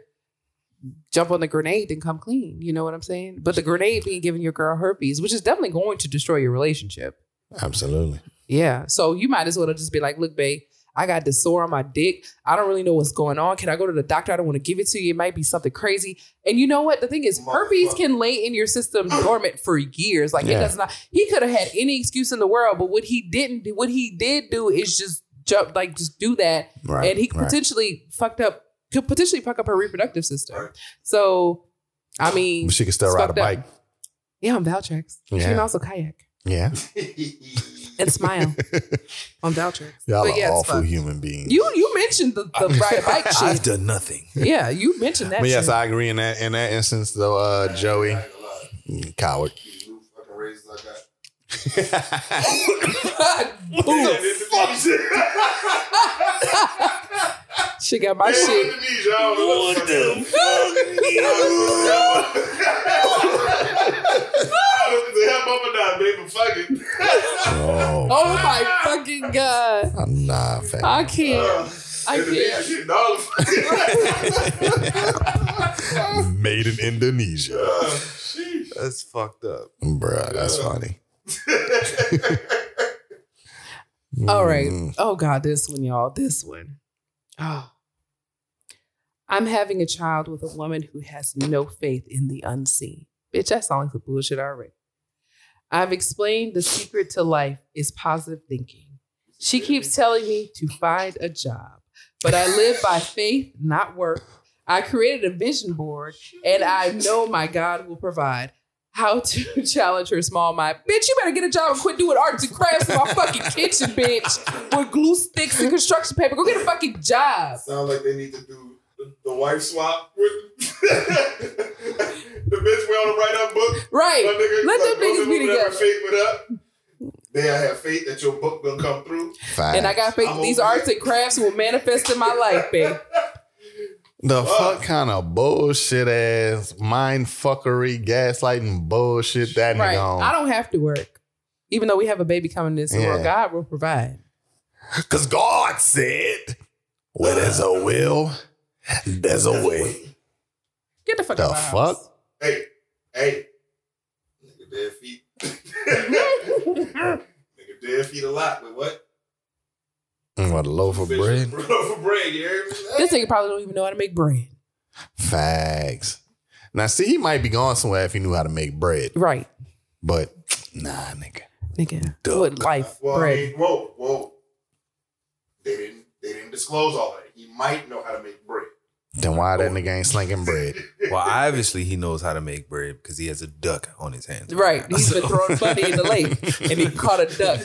A: jump on the grenade than come clean. You know what I'm saying? But the grenade being giving your girl herpes, which is definitely going to destroy your relationship.
B: Absolutely.
A: Yeah. So you might as well just be like, look, babe, I got this sore on my dick. I don't really know what's going on. Can I go to the doctor? I don't want to give it to you. It might be something crazy. And you know what? The thing is, herpes
D: Motherfucker.
A: can lay in your system dormant for years. Like
B: Yeah.
A: it does not. He could have had any excuse in the world, but what he didn't do, what he did do is just jump, like just do that,
B: Right.
A: and he
B: right.
A: potentially fucked up, could potentially fuck up her reproductive system.
D: Right.
A: So, I mean,
B: But she could still
A: it's
B: ride a
A: fucked up.
B: bike.
A: yeah, on Valtrex. She
B: Yeah.
A: can also kayak
B: Yeah.
A: and smile on Valtrex.
B: Y'all
A: But yeah,
B: are
A: it's
B: awful
A: fucked.
B: human beings.
A: You you mentioned the, the ride bike
C: I've
A: shit.
C: done nothing.
A: Yeah, you mentioned that.
B: but yes,
A: shit.
B: I agree in that in that instance though, uh, Joey. mm, Coward.
A: she got my shit.
D: What the fuck?
B: oh,
A: Oh my fucking god!
B: I'm not a fan.
A: I can't. I can't.
B: Made in Indonesia.
C: That's fucked up.
B: Bruh, that's funny.
A: All right.
B: Mm,
A: Oh god, this one, y'all. This one. Oh. I'm having a child with a woman who has no faith in the unseen. Bitch, that sounds like the bullshit already. I've explained the secret to life is positive thinking. She keeps telling me to find a job, but I live by faith, not work. I created a vision board and I know my God will provide. How to challenge her small mind. Bitch, you better get a job and quit doing arts and crafts in my fucking kitchen, bitch, with glue sticks and construction paper. Go get a fucking job.
D: Sound like they need to do the- the wife swap with the bitch we on the write up book.
A: Right.
D: That nigga,
A: Let them
D: those
A: niggas be
D: people that
A: together.
D: have Faith with up. They have faith that your book gonna come through.
B: fine.
A: And I got faith that these arts and crafts will manifest in my life, babe.
B: the
D: Fuck.
B: fuck kind of bullshit ass mind fuckery gaslighting bullshit that
A: Right.
B: nigga on.
A: I don't have to work. Even though we have a baby coming this world,
B: Yeah.
A: God will provide.
B: Cause God said, "Where there's a will, there's a way."
A: Get the fuck
B: The
A: out of my house.
D: Hey, hey, nigga, dead feet. nigga, dead feet a lot with what?
B: Mm, What a loaf of
D: Fish
B: bread.
D: for bread, you heard me?
A: This nigga probably don't even know how to make bread.
B: Facts. Now, see, he might be gone somewhere if he knew how to make bread,
A: Right.
B: but nah, nigga.
A: Nigga. With life,
D: Well, I
A: bread.
D: mean, whoa, whoa. They didn't. They didn't disclose all that. He might know how to make bread.
B: Then why that nigga ain't slinging bread?
C: Well, obviously he knows how to make bread because he has a duck on his hands.
A: Right. He's been
C: So-
A: throwing money in the lake and he caught a duck.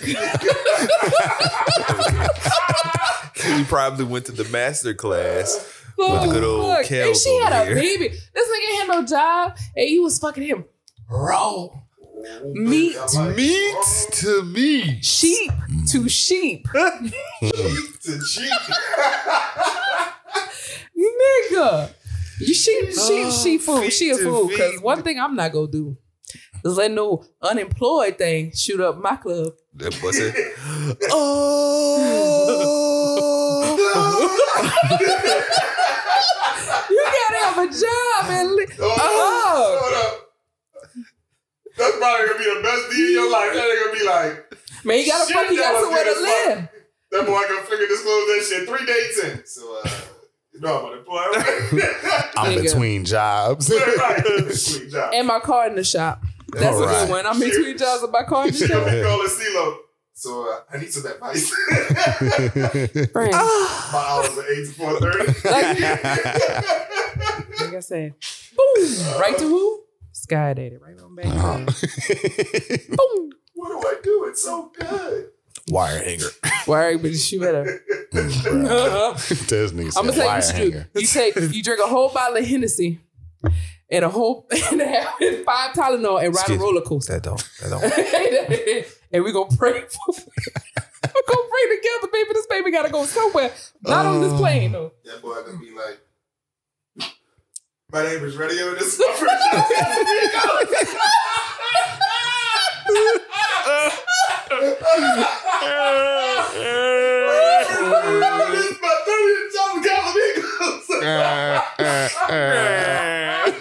C: he probably went to the master class.
A: Oh,
C: With the good old
A: fuck. And
C: Kels
A: she had
C: over
A: a
C: here.
A: baby. This nigga had no job and he was fucking him raw. Meat.
B: Meats to me.
A: Sheep
C: Mm.
A: to sheep.
D: Cheek to cheek.
A: Nigga. You she she
C: Oh,
A: she fool.
C: feet
A: She a
C: to
A: fool. Cause
C: feet.
A: one thing I'm not gonna do is let no unemployed thing shoot up my club.
C: That busted.
B: Oh,
A: You gotta have a job and li-
D: Hold up.
A: Oh.
D: Hold up. That's probably gonna be the best deal in your life. That nigga gonna be like,
A: man, you gotta
D: Shit,
A: fucking
D: that
A: got
D: was
A: somewhere
D: good
A: to
D: as fuck.
A: live.
D: that boy gonna figure disclose that shit three days in. So, uh, you know I'm gonna employ right?
B: I'm
A: Nigga.
B: between jobs.
D: right. Sweet job.
A: And my car in the shop. That's a
B: Alright.
A: good one. I'm in two jobs with my car in the
D: She gonna
A: shop.
D: be calling CeeLo. So, uh, I need some advice.
A: Friend,
D: My hours are 8 to 4.30.
A: like I said, boom. Right to who? Sky dated. Right on back.
B: Uh-huh.
A: Boom.
D: Wow. I do it so good.
C: Wire hanger.
A: Why? But you better.
B: There's
A: I'm gonna
B: niggas said
A: tell you
B: wire
A: what you do.
B: hanger.
A: You take you drink a whole bottle of Hennessy and a whole and have five Tylenol and ride a
C: Excuse me.
A: roller coaster.
C: That don't. That don't.
A: and we gonna pray for we're gonna pray together, baby. This baby gotta go somewhere. Not on this plane though.
D: That boy gonna be like, my name is Radio. This is my first This is my 30th time Calamigos.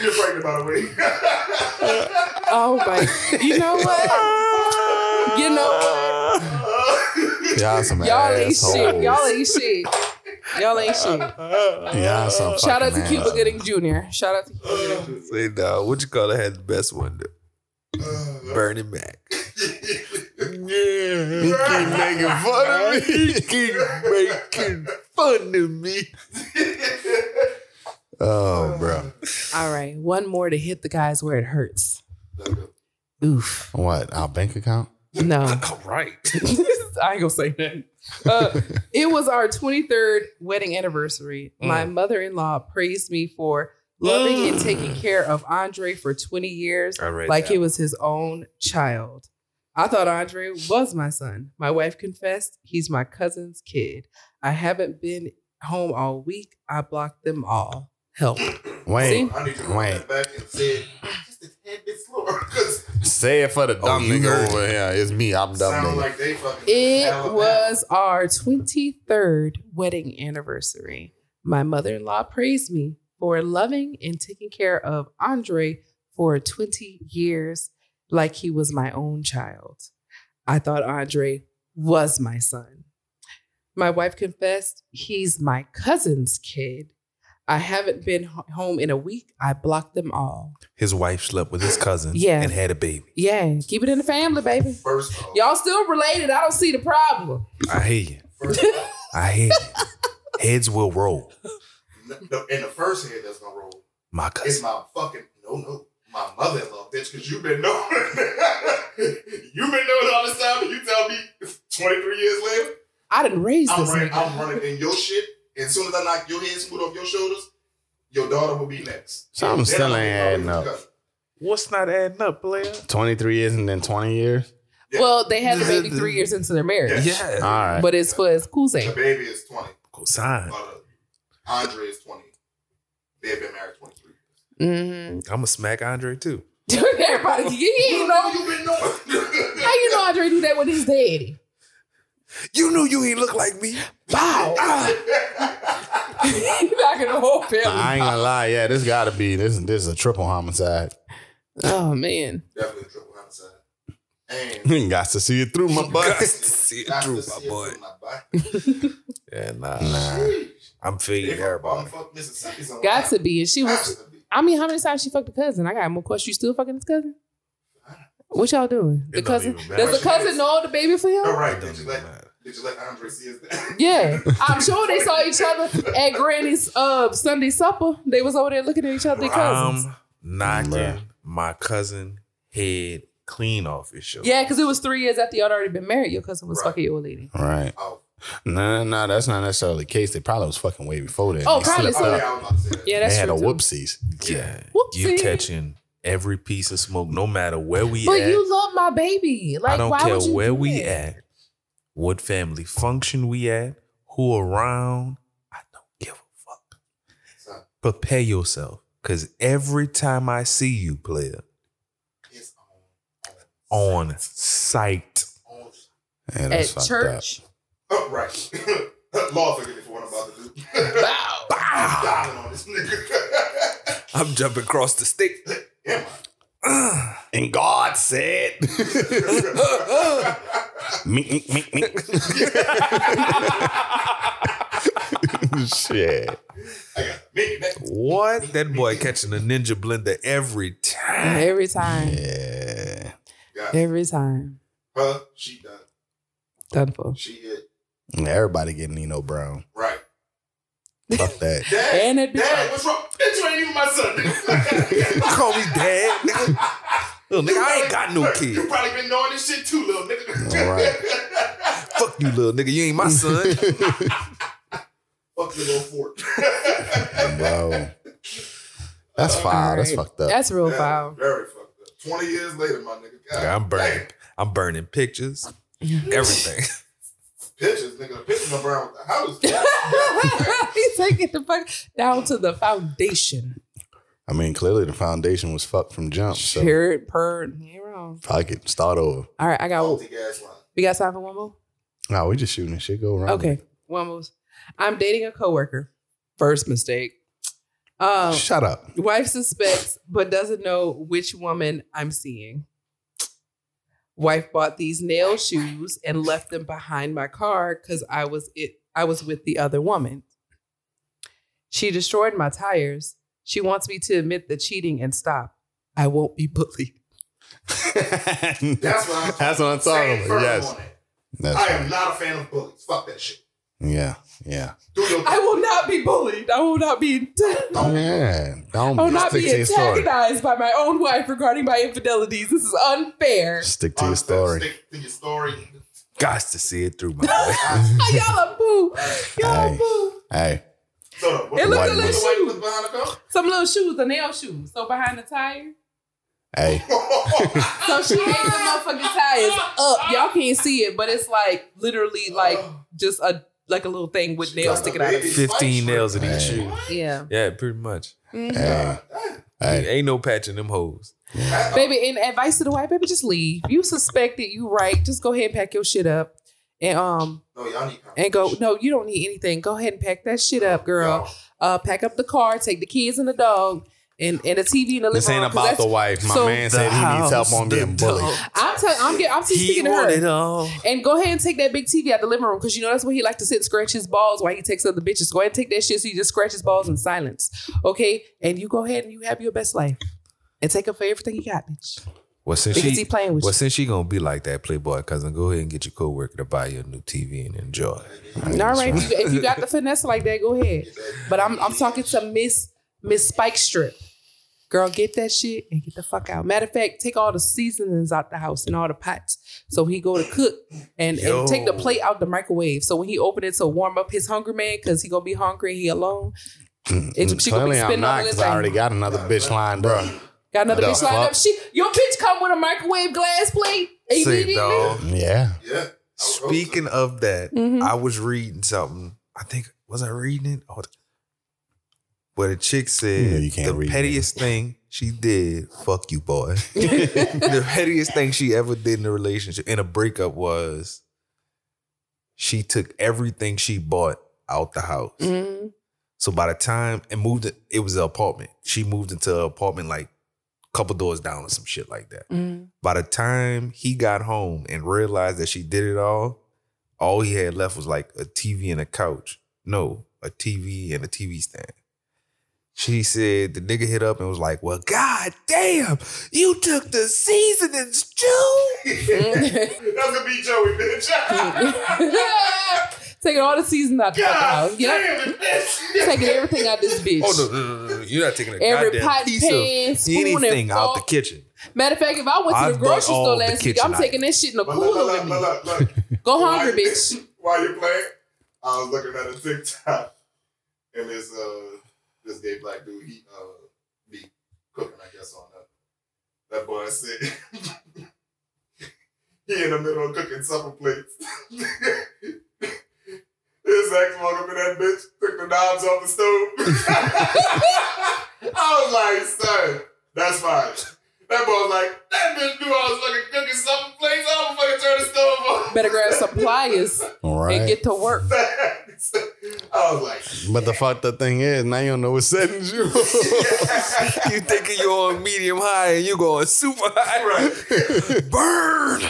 D: You're pregnant, by the way.
A: Oh my you know what? You know
B: Y'all some
A: what? Y'all ain't
B: assholes.
A: shit. Y'all ain't shit. Y'all ain't shit.
B: Y'all some
A: Shout out to
B: fucking
A: Cuba
B: assholes.
A: Gooding Jr. Shout out to Cuba Gooding Jr.
C: Say no. What you call it? Had the best one. Though. Burning Mac.
B: Yeah, he keep making fun of me.
C: He keep making fun of me.
B: Oh, bro.
A: All right, one more to hit the guys where it hurts. Oof.
B: What? Our bank account?
A: No.
C: All right.
A: I ain't gonna say that. Uh, it was our 23rd wedding anniversary. My mother in law praised me for loving and taking care of Andre for 20 years
C: All right.
A: like he was his own child. I thought Andre was my son. My wife confessed he's my cousin's kid. I haven't been home all week. I blocked them all. Help. See?
B: Wait,
D: I need you to run that back and say it just a tad bit slower because
B: say it for the dumb
C: you
B: nigga
C: heard
B: over here. It's me. I'm dumb
D: sound
B: nigga.
D: like they fucking.
A: It
D: Alabama.
A: was our 23rd wedding anniversary. My mother in law praised me for loving and taking care of Andre for 20 years like he was my own child. I thought Andre was my son. My wife confessed he's my cousin's kid. I haven't been ho- home in a week. I blocked them all.
C: his wife slept with his cousin
A: Yeah.
C: and had a baby.
A: Yeah, keep it in the family, baby.
D: First off,
A: Y'all still related. I don't see the problem.
C: I hear you.
D: first off
C: I hear you. Heads will roll.
D: the- and the first head that's gonna roll
C: My
D: is
C: cousin.
D: my fucking no no. My mother in law, bitch, because you've been knowing. you've been knowing all this time, and you tell me 23 years later,
A: I didn't raise
D: I'm
A: this.
D: running,
A: nigga.
D: I'm running in your shit. And as soon as I knock your head smooth off your shoulders, your daughter will be next.
B: Something
D: Then
B: still
D: I'll be
B: ain't
D: already
B: adding up.
D: discussed.
C: What's not adding up, player?
B: 23 years and then 20 years?
D: Yeah.
A: Well, they had the baby three years into their marriage,
C: Yeah.
B: All right.
A: but it's for his cousin.
D: The baby is 20.
C: Cosign.
D: Uh, Andre is 20. They've been married 23.
A: Mm-hmm.
C: I'm going to smack Andre too.
A: Everybody, yeah, you know,
D: you've been knowing.
A: how you know Andre do that with his daddy?
C: You knew you ain't look like me. Ah.
A: Wow, He knocking the whole
B: I
A: family.
B: ain't gonna lie. Yeah, this gotta be. This, this is a triple homicide.
A: Oh man,
D: Definitely a triple homicide. And
B: Got to see it through my
C: Got
B: butt.
C: to see it
D: got
C: through,
D: to
C: my
D: see it
C: boy.
D: through my butt.
C: Yeah, nah.
D: Sheesh.
C: I'm
D: They
C: feeding
D: fuck-
C: everybody.
D: fuck Mississippi somewhere.
A: got to be. And she
D: Got
A: was.
D: to be.
A: I mean, how many times she fucked the cousin? I got more questions. You still fucking his cousin? What y'all doing? The
C: It don't
A: cousin
C: even matter.
A: does the cousin know the baby for
D: All
A: him?
D: right,
C: It
D: did
C: don't
D: you
C: even
D: let
C: matter.
D: did you let Andre see his dad?
A: Yeah, I'm sure they saw each other at Granny's uh Sunday supper. They was over there looking at each other. they Cousins.
C: I'm knocking
B: Bruh.
C: my cousin head clean off his shoulder.
A: Yeah, because it was three years after y'all already been married. Your cousin was
D: Right.
A: fucking your old lady.
B: Right.
D: Oh,
B: No, no, no, that's not necessarily the case. They probably was fucking way before that.
A: Oh,
B: They
A: probably
B: slipped
D: oh
B: up.
D: yeah, I was about to say that.
A: Yeah,
B: They
A: that's
B: had a
A: true. too.
B: whoopsies.
C: Yeah. You
A: Whoopsie.
C: catching every piece of smoke, no matter where we
A: But
C: at.
A: you love my baby. Like,
C: I don't
A: why
C: care
A: would you
C: where
A: do
C: we
A: that?
C: at, what family function we at, who around. I don't give a fuck.
D: So,
C: Prepare yourself. Cause every time I see you, player,
D: it's on.
C: on sight.
D: On. on-
B: Yeah, that's
A: At
B: fucked
A: church.
D: Oh, right. Lord forgive me for what I'm about to do.
A: Wow.
C: Bow!
D: Dialing on this nigga.
C: I'm jumping across the stick.
D: Am
C: Ugh.
B: up. And God said,
D: I?
B: meek, meek, meek, meek. Shit.
D: I got me. that-
C: what? That boy catching a ninja blender every time.
A: Every time.
B: Yeah.
D: Got
A: Every time.
D: her. She done.
A: Done for.
D: She hit.
B: Everybody getting Nino Brown.
D: Right.
B: Fuck that.
D: Dad.
A: And it be
D: Dad, what's wrong? Bitch, you ain't even my son. nigga.
C: You call me dad, nigga. Little nigga, I ain't got got no
D: Look, You
C: kid.
D: probably been knowing this shit too, little nigga.
B: All right.
C: Fuck you, little nigga. You ain't my son.
D: Fuck your little fort.
B: Wow. That's foul. That's
A: Alright.
B: fucked up.
A: That's real foul.
D: Very fucked up. Twenty years later, my nigga. God,
C: Yeah, I'm burning.
D: damn.
C: I'm burning pictures. Everything.
D: Pictures, nigga. The pictures are brown with the house.
A: He's taking the fuck down to the foundation.
B: I mean, clearly the foundation was fucked from jump. So
A: Period. Per. You're wrong.
B: if I could start over.
A: All right, I got.
D: Faulty gas line.
A: We got time for one more.
B: No, we just shooting this shit go wrong.
A: Okay, one more. I'm dating a coworker. First mistake. Um,
B: Shut up.
A: wife suspects but doesn't know which woman I'm seeing. Wife bought these nail shoes and left them behind my car because I was it. I was with the other woman. She destroyed my tires. She wants me to admit the cheating and stop. I won't be bullied.
B: That's
D: That's what I'm,
B: That's what I'm
D: saying
B: talking
D: firm
B: about. Yes.
D: on that.
B: That's
D: I am
B: right.
D: not a fan of bullies. Fuck that shit.
B: Yeah. Yeah.
D: Do your
A: I will not be bullied. I will not be.
B: Oh, Yeah. Don't
A: I will Oh, not
B: stick
A: be
B: to your story.
A: antagonized by my own wife regarding my infidelities. This is unfair.
B: Stick to your
D: Honestly,
B: story.
D: Stick to your story.
C: Gots to see it through my way.
A: Y'all are boo. Y'all are
B: Hey.
A: boo.
B: Hey.
D: So, what, what,
A: It looked
B: White
A: a little
B: woman.
D: the white
A: shoes.
D: was behind the car?
A: Some little shoes, the nail shoes. So behind the tire.
B: Hey.
A: So she hanging the motherfucking tires up. Y'all can't see it, but it's like literally like just a like a little thing with nails sticking out of it.
C: 15 nails in each shoe.
A: Yeah.
C: Yeah, pretty much.
A: Mhm.
B: Hey. Hey.
C: Ain't no patching them hoes.
A: Baby, and advice to the white baby, just leave. You suspect it, you right. Just go ahead and pack your shit up. And um
D: No, y'all need
A: and go, no, you don't need anything. Go ahead and pack that shit up, girl.
D: Y'all-
A: Uh pack up the car, take the kids and the dog and, and the TV and the
B: This
A: living room,
B: ain't
A: 'cause
B: about
A: that's-
B: the wife. My
A: so
B: man
A: the
B: said he needs help
C: house,
B: on being
C: the
B: bullied.
C: dog.
A: I'm telling I'm getting I'm
C: He
A: speaking to her.
C: wanted all.
A: And go ahead and take that big TV out the living room because you know that's where he like to sit and scratch his balls while he takes other bitches. Go ahead and take that shit so you just scratch his balls in silence. Okay? And you go ahead and you have your best life. And take him for everything he got, bitch.
C: Well, since
A: Because
C: she,
A: he playing with
C: well, since she gonna be like that, Playboy cousin, go ahead and get your coworker to buy you a new TV and enjoy.
A: you. All right, if you, if you got the finesse like that, go ahead. But I'm I'm talking to Miss Miss Spike Strip. Girl, get that shit and get the fuck out. Matter of fact, take all the seasonings out the house and all the pots. So he go to cook and,
C: Yo.
A: and take the plate out the microwave. So when he open it to warm up his hungry man, cause he gonna be hungry and he alone. It, she gonna be
B: Clearly, I'm
A: spinning
B: not
A: on this
B: because I already
A: got,
B: got another bitch lined up.
A: another
B: the
A: bitch lined
B: fuck?
A: up. She your bitch come with a microwave glass plate immediately.
B: Yeah.
D: Yeah.
C: Speaking of that,
A: Mhm.
C: I was reading something. I think was I reading it? Oh, but a chick said
B: You know you can't
C: the
B: read
C: pettiest thing she did, fuck you, boy. the pettiest thing she ever did in a relationship in a breakup was she took everything she bought out the house.
A: Mhm.
C: So by the time it moved, it, it was an apartment. She moved into an apartment like a couple doors down or some shit like that.
A: Mhm.
C: By the time he got home and realized that she did it all, all he had left was like a TV and a couch. No, a TV and a TV stand. She said the nigga hit up and was like, Well, god damn, you took the seasonings, Joe.
D: That's gonna be Joey, bitch.
A: Taking all the season out the fucking
D: God
A: house. Yeah.
D: damn it, bitch.
A: Taking everything out this bitch.
C: Oh no, no, no, no, no. You're not taking a
A: Every
C: goddamn
A: pot,
C: piece
A: pan,
C: of
A: spoon, and
C: anything out the
A: fork.
C: kitchen.
A: Matter of fact, if I went to
C: I've
A: the
C: done
A: grocery
C: all
A: store
C: the
A: last week,
C: kitchen
A: I'm
C: items.
A: taking that shit in the
D: But look,
A: cooler
D: look,
A: with me.
D: look, look, look.
A: Go
D: While
A: hungry,
D: you-
A: bitch.
D: While you're playing, I was looking at a TikTok and this uh this gay black dude he uh be cooking I guess on that that boy said he in the middle of cooking supper plates. His ex walked up in that bitch, took the knobs off the stove. I was like, son, that's fine. That boy was like, that bitch knew I was fucking cooking supper plates. I don't fucking turn the stove on.
A: Better grab suppliers
B: All right.
A: and get to work.
D: Facts. I was like,
B: But the fucked up thing is, now you don't know what settings you.
C: you thinking you're on medium high and you're going super high.
D: right.
C: Burn.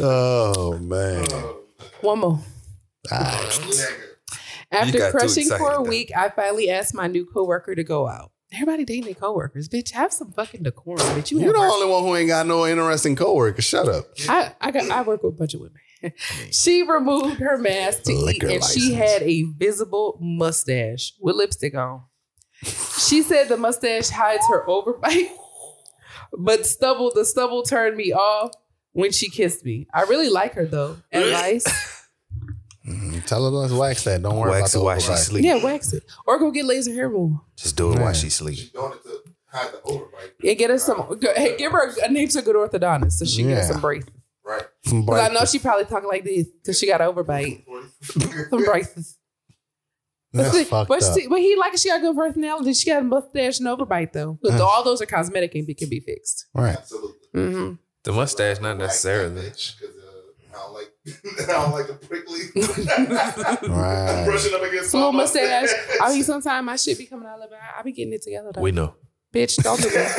B: oh man,
A: Uh,
B: Ah.
D: Oh,
A: One more.
D: nigga.
C: You
A: After
C: got too
A: crushing for a
C: excited, though.
A: week, I finally asked my new coworker to go out. Everybody dating their coworkers, bitch. Have some fucking decorum, bitch. You,
B: you
A: have
B: the
A: work.
B: only one who ain't got no interesting coworker. Shut up.
A: I I, got, I work with a bunch of women. she removed her mask to eat,
B: Liquor
A: and she
B: license.
A: had a visible mustache with lipstick on. She said the mustache hides her overbite. But stubble, the stubble turned me off when she kissed me. I really like her though. Advice?
B: Mhm. Tell her let's wax that. Don't worry
C: Wax it
B: about the
C: while she
B: overbite.
C: sleep.
A: yeah, wax it or go get laser hair removal
C: Just do it while
B: Man.
C: she sleep.
D: She doing it to hide the overbite.
A: and get us some. go- Hey, give her a name to a good orthodontist so she gets
B: Yeah.
A: some braces.
D: Right.
B: Some
A: Because I
B: bite.
A: know she probably talking like this because she got an overbite. Some
D: right.
A: braces.
B: That's
A: See,
B: fucked
A: but,
B: up.
A: see- but he like she got good personality. She got a mustache and overbite though. But
B: Mm.
A: all those are cosmetic and can be fixed.
B: right.
D: Absolutely.
A: Mm-hmm.
C: The mustache, not necessarily.
D: Because uh, I don't like, I don't like the prickly. I'm
B: Right.
D: brushing up against
A: Small
D: my
A: mustache. I mean, sometimes my shit be coming out of my. I be getting it together though.
C: We know.
A: Bitch, don't do that.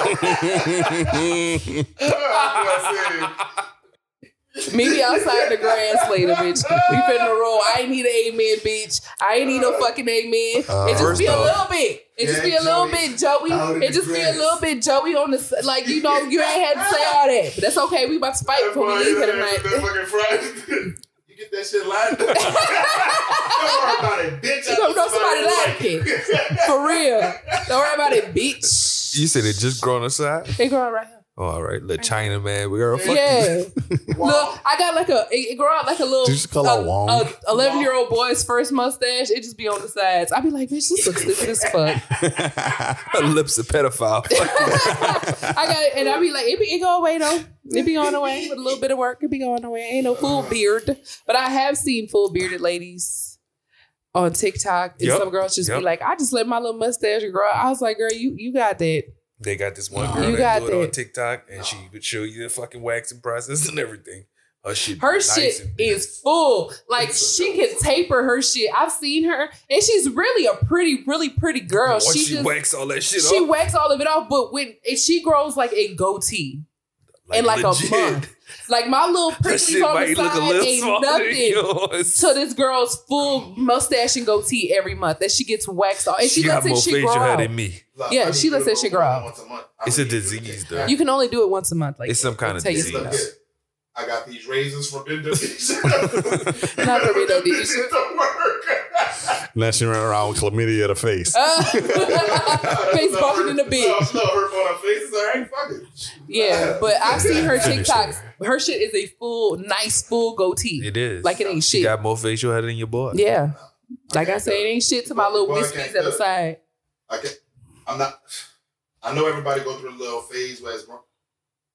A: Meet me outside the grass later, bitch. We finna roll. I ain't need an amen, bitch. I ain't need no fucking amen.
B: Uh,
A: it just
C: first
A: be a
C: off-
A: little bit. It just
D: Yeah,
A: be a little
D: Joey.
A: bit, Joey.
D: Out
A: It
D: in
A: just
D: the
A: be a
D: grass.
A: little bit, Joey. On the s- like, you know, you ain't had to say all that, but that's okay. We about to fight before we leave here
D: That
A: tonight.
D: fucking fries. You get that shit lined up. Don't worry about it, bitch.
A: You gonna know somebody like
D: it.
A: For real. Don't worry about it, bitch.
C: You said it just grown aside?
A: It growing right here.
C: Oh, all right. Little China man. We girl. Fuck
A: yeah.
D: Wow.
A: Look, I got like a it, it grow out like a little
B: Did you just call her Wong?
A: eleven year old boy's first mustache. It just be on the sides. I'd be like, bitch, this looks stupid as fuck.
C: Her lips a pedophile.
A: I got it, and I'd be like, it, be, it go away though. It be going away with a little bit of work. It be going away. Ain't no full beard, but I have seen full bearded ladies on TikTok, and
C: Yep.
A: some girls just
C: Yep.
A: be like, I just let my little mustache grow. I was like, girl, you you got that.
C: they got this one
D: No.
C: girl
A: You
C: that
A: got
C: do it on
A: that.
C: TikTok, and she would show you the fucking waxing process and everything. Her shit.
A: Her
C: nice
A: shit
C: and big.
A: is full. Like she can taper her shit. I've seen her, and she's really a pretty, really pretty girl.
C: Once
A: she
C: she
A: just
C: wax all that shit
A: she
C: off,
A: whacks all of it off, but when if she grows like a goatee, in like a
C: legit,
A: month. like my little
C: Her shit
A: pricklies on the
C: might look a
A: side
C: little
A: ain't
C: smaller than
A: nothing
C: yours.
A: to this girl's full mustache and goatee every month that she gets waxed off, and she,
C: she got
A: lets
C: more
A: it shit grow
C: facial hair
A: out.
C: than me.
D: Look,
A: Yeah,
D: I need
A: she lets that
D: to
A: shit
D: go
A: grow out.
D: once a month. I
C: It's
D: need to
C: a
D: do
C: disease,
D: that.
C: though.
A: You can only do it once a month. Like
C: It's some kind of
A: Take your
C: disease.
A: skin
D: Look
A: out.
D: here. I got these razors from Bend
A: Not the Bendo Diddy.
D: work.
B: Now she running around with chlamydia to face.
A: Uh, face bumping in the
D: No,
A: bitch.
D: no hurt on her face. It's all right. Fuck it.
A: Yeah, but I've seen her
C: Finish
A: TikToks. Her shit is a full, nice, full goatee.
C: It is
A: Like it ain't
C: She
A: shit.
C: got more facial hair than your boy.
A: Yeah. Like I
D: can't
A: said,
D: do
A: it ain't shit to my little wispies at the side.
D: I can I'm not. I know everybody go through a little phase where it's wrong.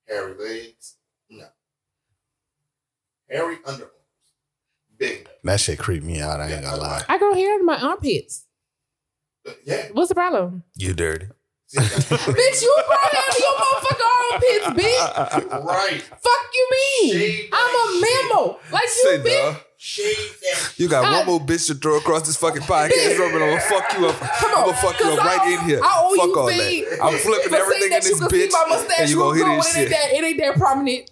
D: Hairy legs. No. Hairy underarms. Big.
B: That shit creeped me out. I ain't gonna lie.
A: I grow hair in my armpits.
D: Yeah.
A: What's the problem?
C: You dirty.
D: See, that's
A: bitch, you grow hair in your motherfucking armpits, bitch.
D: right.
A: Fuck you mean?
D: Shit.
A: I'm a mammal. Like you,
C: Say,
A: bitch.
C: dawg,
D: Shave that.
C: you got
A: I-
C: one more bitch to throw across this fucking podcast, bro, and I'm gonna fuck you up.
A: Come
C: I'm
A: on.
C: gonna fuck you up
A: 'Cause I
C: right
A: owe-
C: in here.
A: I owe
C: fuck
A: you
C: all
A: feed.
C: that. I'm flipping
A: For saying
C: everything in
A: that, you
C: this
A: can see
C: bitch,
A: my mustache
C: and you gonna
A: real
C: hear
A: good,
C: this
A: it ain't
C: shit.
A: That, it ain't that prominent.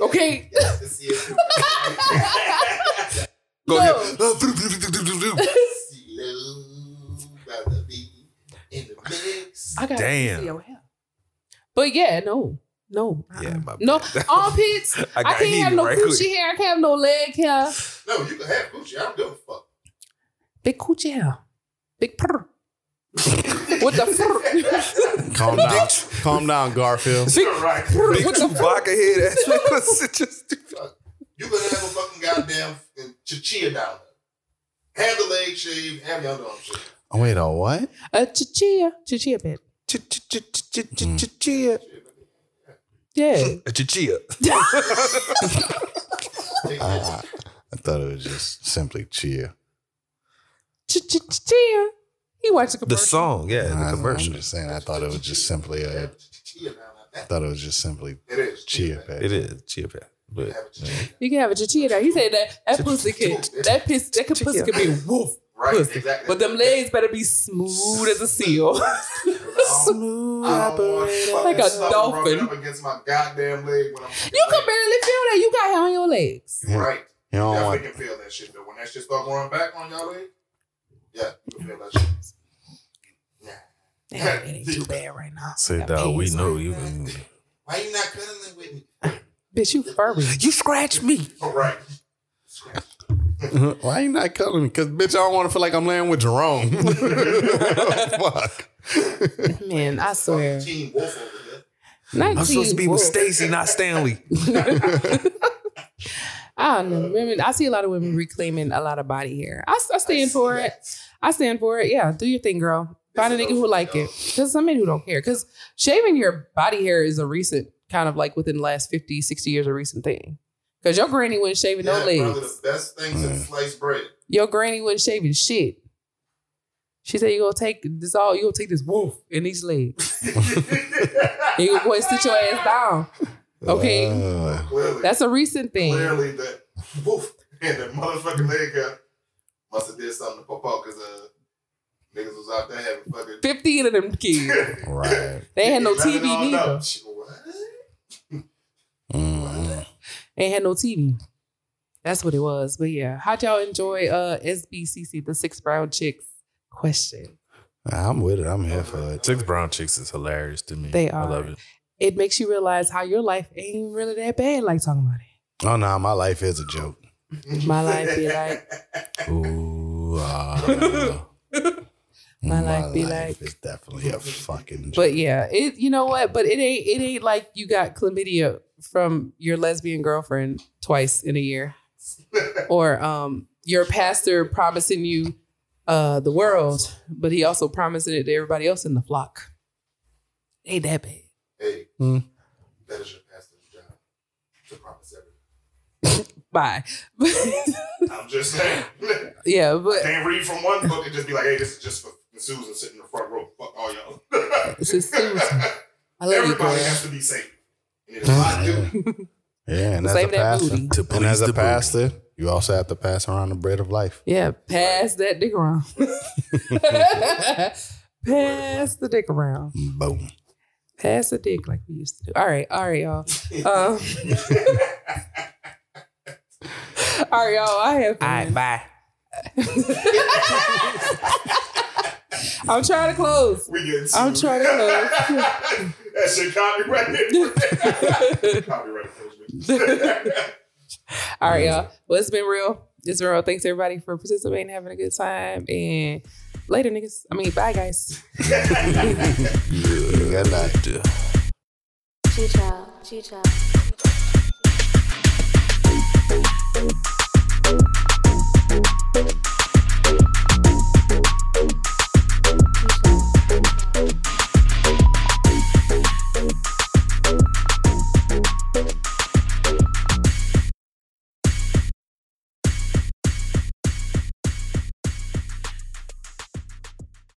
A: Okay.
D: Yes, to see it.
C: Go
A: No.
C: here.
D: See you about to be in the mix.
A: I got
C: Damn.
A: Your hair. But yeah, no. No. Uh-uh.
C: Yeah, my
A: no
C: bad.
A: armpits.
C: I
A: I,
C: got
A: can't have
C: heated
A: no
C: right
A: coochie
C: quick.
A: hair. I can't have no leg hair.
D: No, you can have Gucci. I don't give a fuck.
A: Big coochie hair. Big purr. what the fur?
B: Calm down. Calm down, Garfield.
D: You're right.
C: Big
A: What the
C: Chewbacca head ass nigga. Sit your stupid-
D: You can have a fucking goddamn uh, chichilla down there. Have the leg shaved, have the underarm shaved.
B: Oh, wait, a what?
A: A chichilla. Chichilla bit.
C: Ch- ch- ch- ch- ch-
A: Mm-hmm.
C: ch- ch- chia.
A: Yeah.
C: A chichilla.
D: Take that.
B: I, I thought it was just simply cheer.
A: Chichilla. He watched a
C: The
A: commercial.
C: song, yeah,
B: I,
C: the
B: am
C: commercial.
B: just saying. I thought it was just simply a.
D: Have the chichilla down
B: I
D: there.
B: thought it was just simply
D: It is.
B: chia. pet.
C: It is chia pet, but
D: Have a chichilla.
A: You can have a chichilla down. He said that that pussy could that piss that could pussy could be woof
D: Right,
A: pussy.
D: exactly.
A: But them legs better be smooth as a seal.
D: Smooth I don't
C: Oh,
D: want fucking
A: Like a
D: something rubbing
A: dolphin.
D: up against my goddamn leg when I'm.
A: You can barely feel that. You got hair on your legs.
B: barely-
D: Right.
B: You don't
D: Definitely
B: want.
D: can feel that shit though. When that shit start going back on y'all leg, yeah, you can feel that shit. Nah.
A: Damn, it ain't too bad right now.
C: say
A: Got
C: dog, uh, we
A: peas.
C: know you. Can,
D: Why you not cuddling with me?
A: Bitch, you furry.
D: Oh,
C: you scratch me.
D: All right.
B: Why you not cuddling me? Because bitch, I don't want to feel like I'm laying with Jerome. Fuck.
A: Man, I swear.
D: Team Wolf over here.
A: 19
C: I'm supposed to be with
A: Whoa.
C: Stacy, not Stanley.
A: I don't know. Women, I see a lot of women reclaiming a lot of body hair. I, I stand for it. I stand for it. Yeah, do your thing, girl. Find a nigga who like it. Because some men who don't care. Because shaving your body hair is a recent, kind of like within the last 50, 60 years, a recent thing. Because your granny wasn't shaving no
D: That probably
A: legs.
D: the best thing
B: Mm.
D: since sliced bread.
A: Your granny wasn't shaving shit. She said, you going to take this all, you going to take this wolf in these legs. And you going to go and sit your ass down. Okay.
B: Uh,
D: Clearly,
A: That's a recent thing.
D: clearly that woof and that motherfucking leg out must have did something to pop out because uh, niggas was out there having fucking.
A: 15 of them kids.
C: Right.
A: They had no
D: Let it
A: TV
D: all
A: neither.
D: out. Shit, What?
C: Mm.
A: and had no TV. That's what it was. But yeah, how'd y'all enjoy uh SBCC, the six brown chicks question?
B: I'm with it. I'm here for it.
C: Six brown chicks is hilarious to me.
A: They
C: I love
A: are.
C: it.
A: It makes you realize how your life ain't really that bad, like talking about it.
B: Oh no, my life is a joke.
A: My life be like-
B: Ooh, uh,
A: My life be like-
B: is definitely a fucking.
A: But yeah, it you know what? But it ain't it ain't like you got chlamydia from your lesbian girlfriend twice in a year. or um your pastor promising you uh the world, but he also promising it to everybody else in the flock. Ain't that bad.
D: Hey,
B: Hmm.
D: that is your pastor's job to promise everything.
A: Bye.
D: I'm just saying.
A: yeah, but
D: Can't read from one book and just be like, hey, this is just for Susan sitting in the front row. Fuck all y'all.
A: This is Susan. I love you,
D: Everybody
A: girl. Hmm.
D: has to be safe. And it is my duty.
B: yeah, and as a
A: Save that
B: pastor,
A: booty.
C: To
B: and as a
C: please the booty.
B: pastor, you also have to pass around the bread of life.
A: Yeah, pass that dick around. pass the dick around.
B: Boom.
A: Pass the dick like we used to do. All right, all right, y'all. Um, all right, y'all. I have. All right, bye. I'm trying to close.
D: We getting
A: I'm
D: sued.
A: trying to
D: that shit copyrighted. copyright infringement.
A: All right, y'all. Well, it's been real. It's been real. Thanks everybody for participating, having a good time, and later, niggas. I mean, bye, guys.
B: Good night.
E: Chicha, chicha.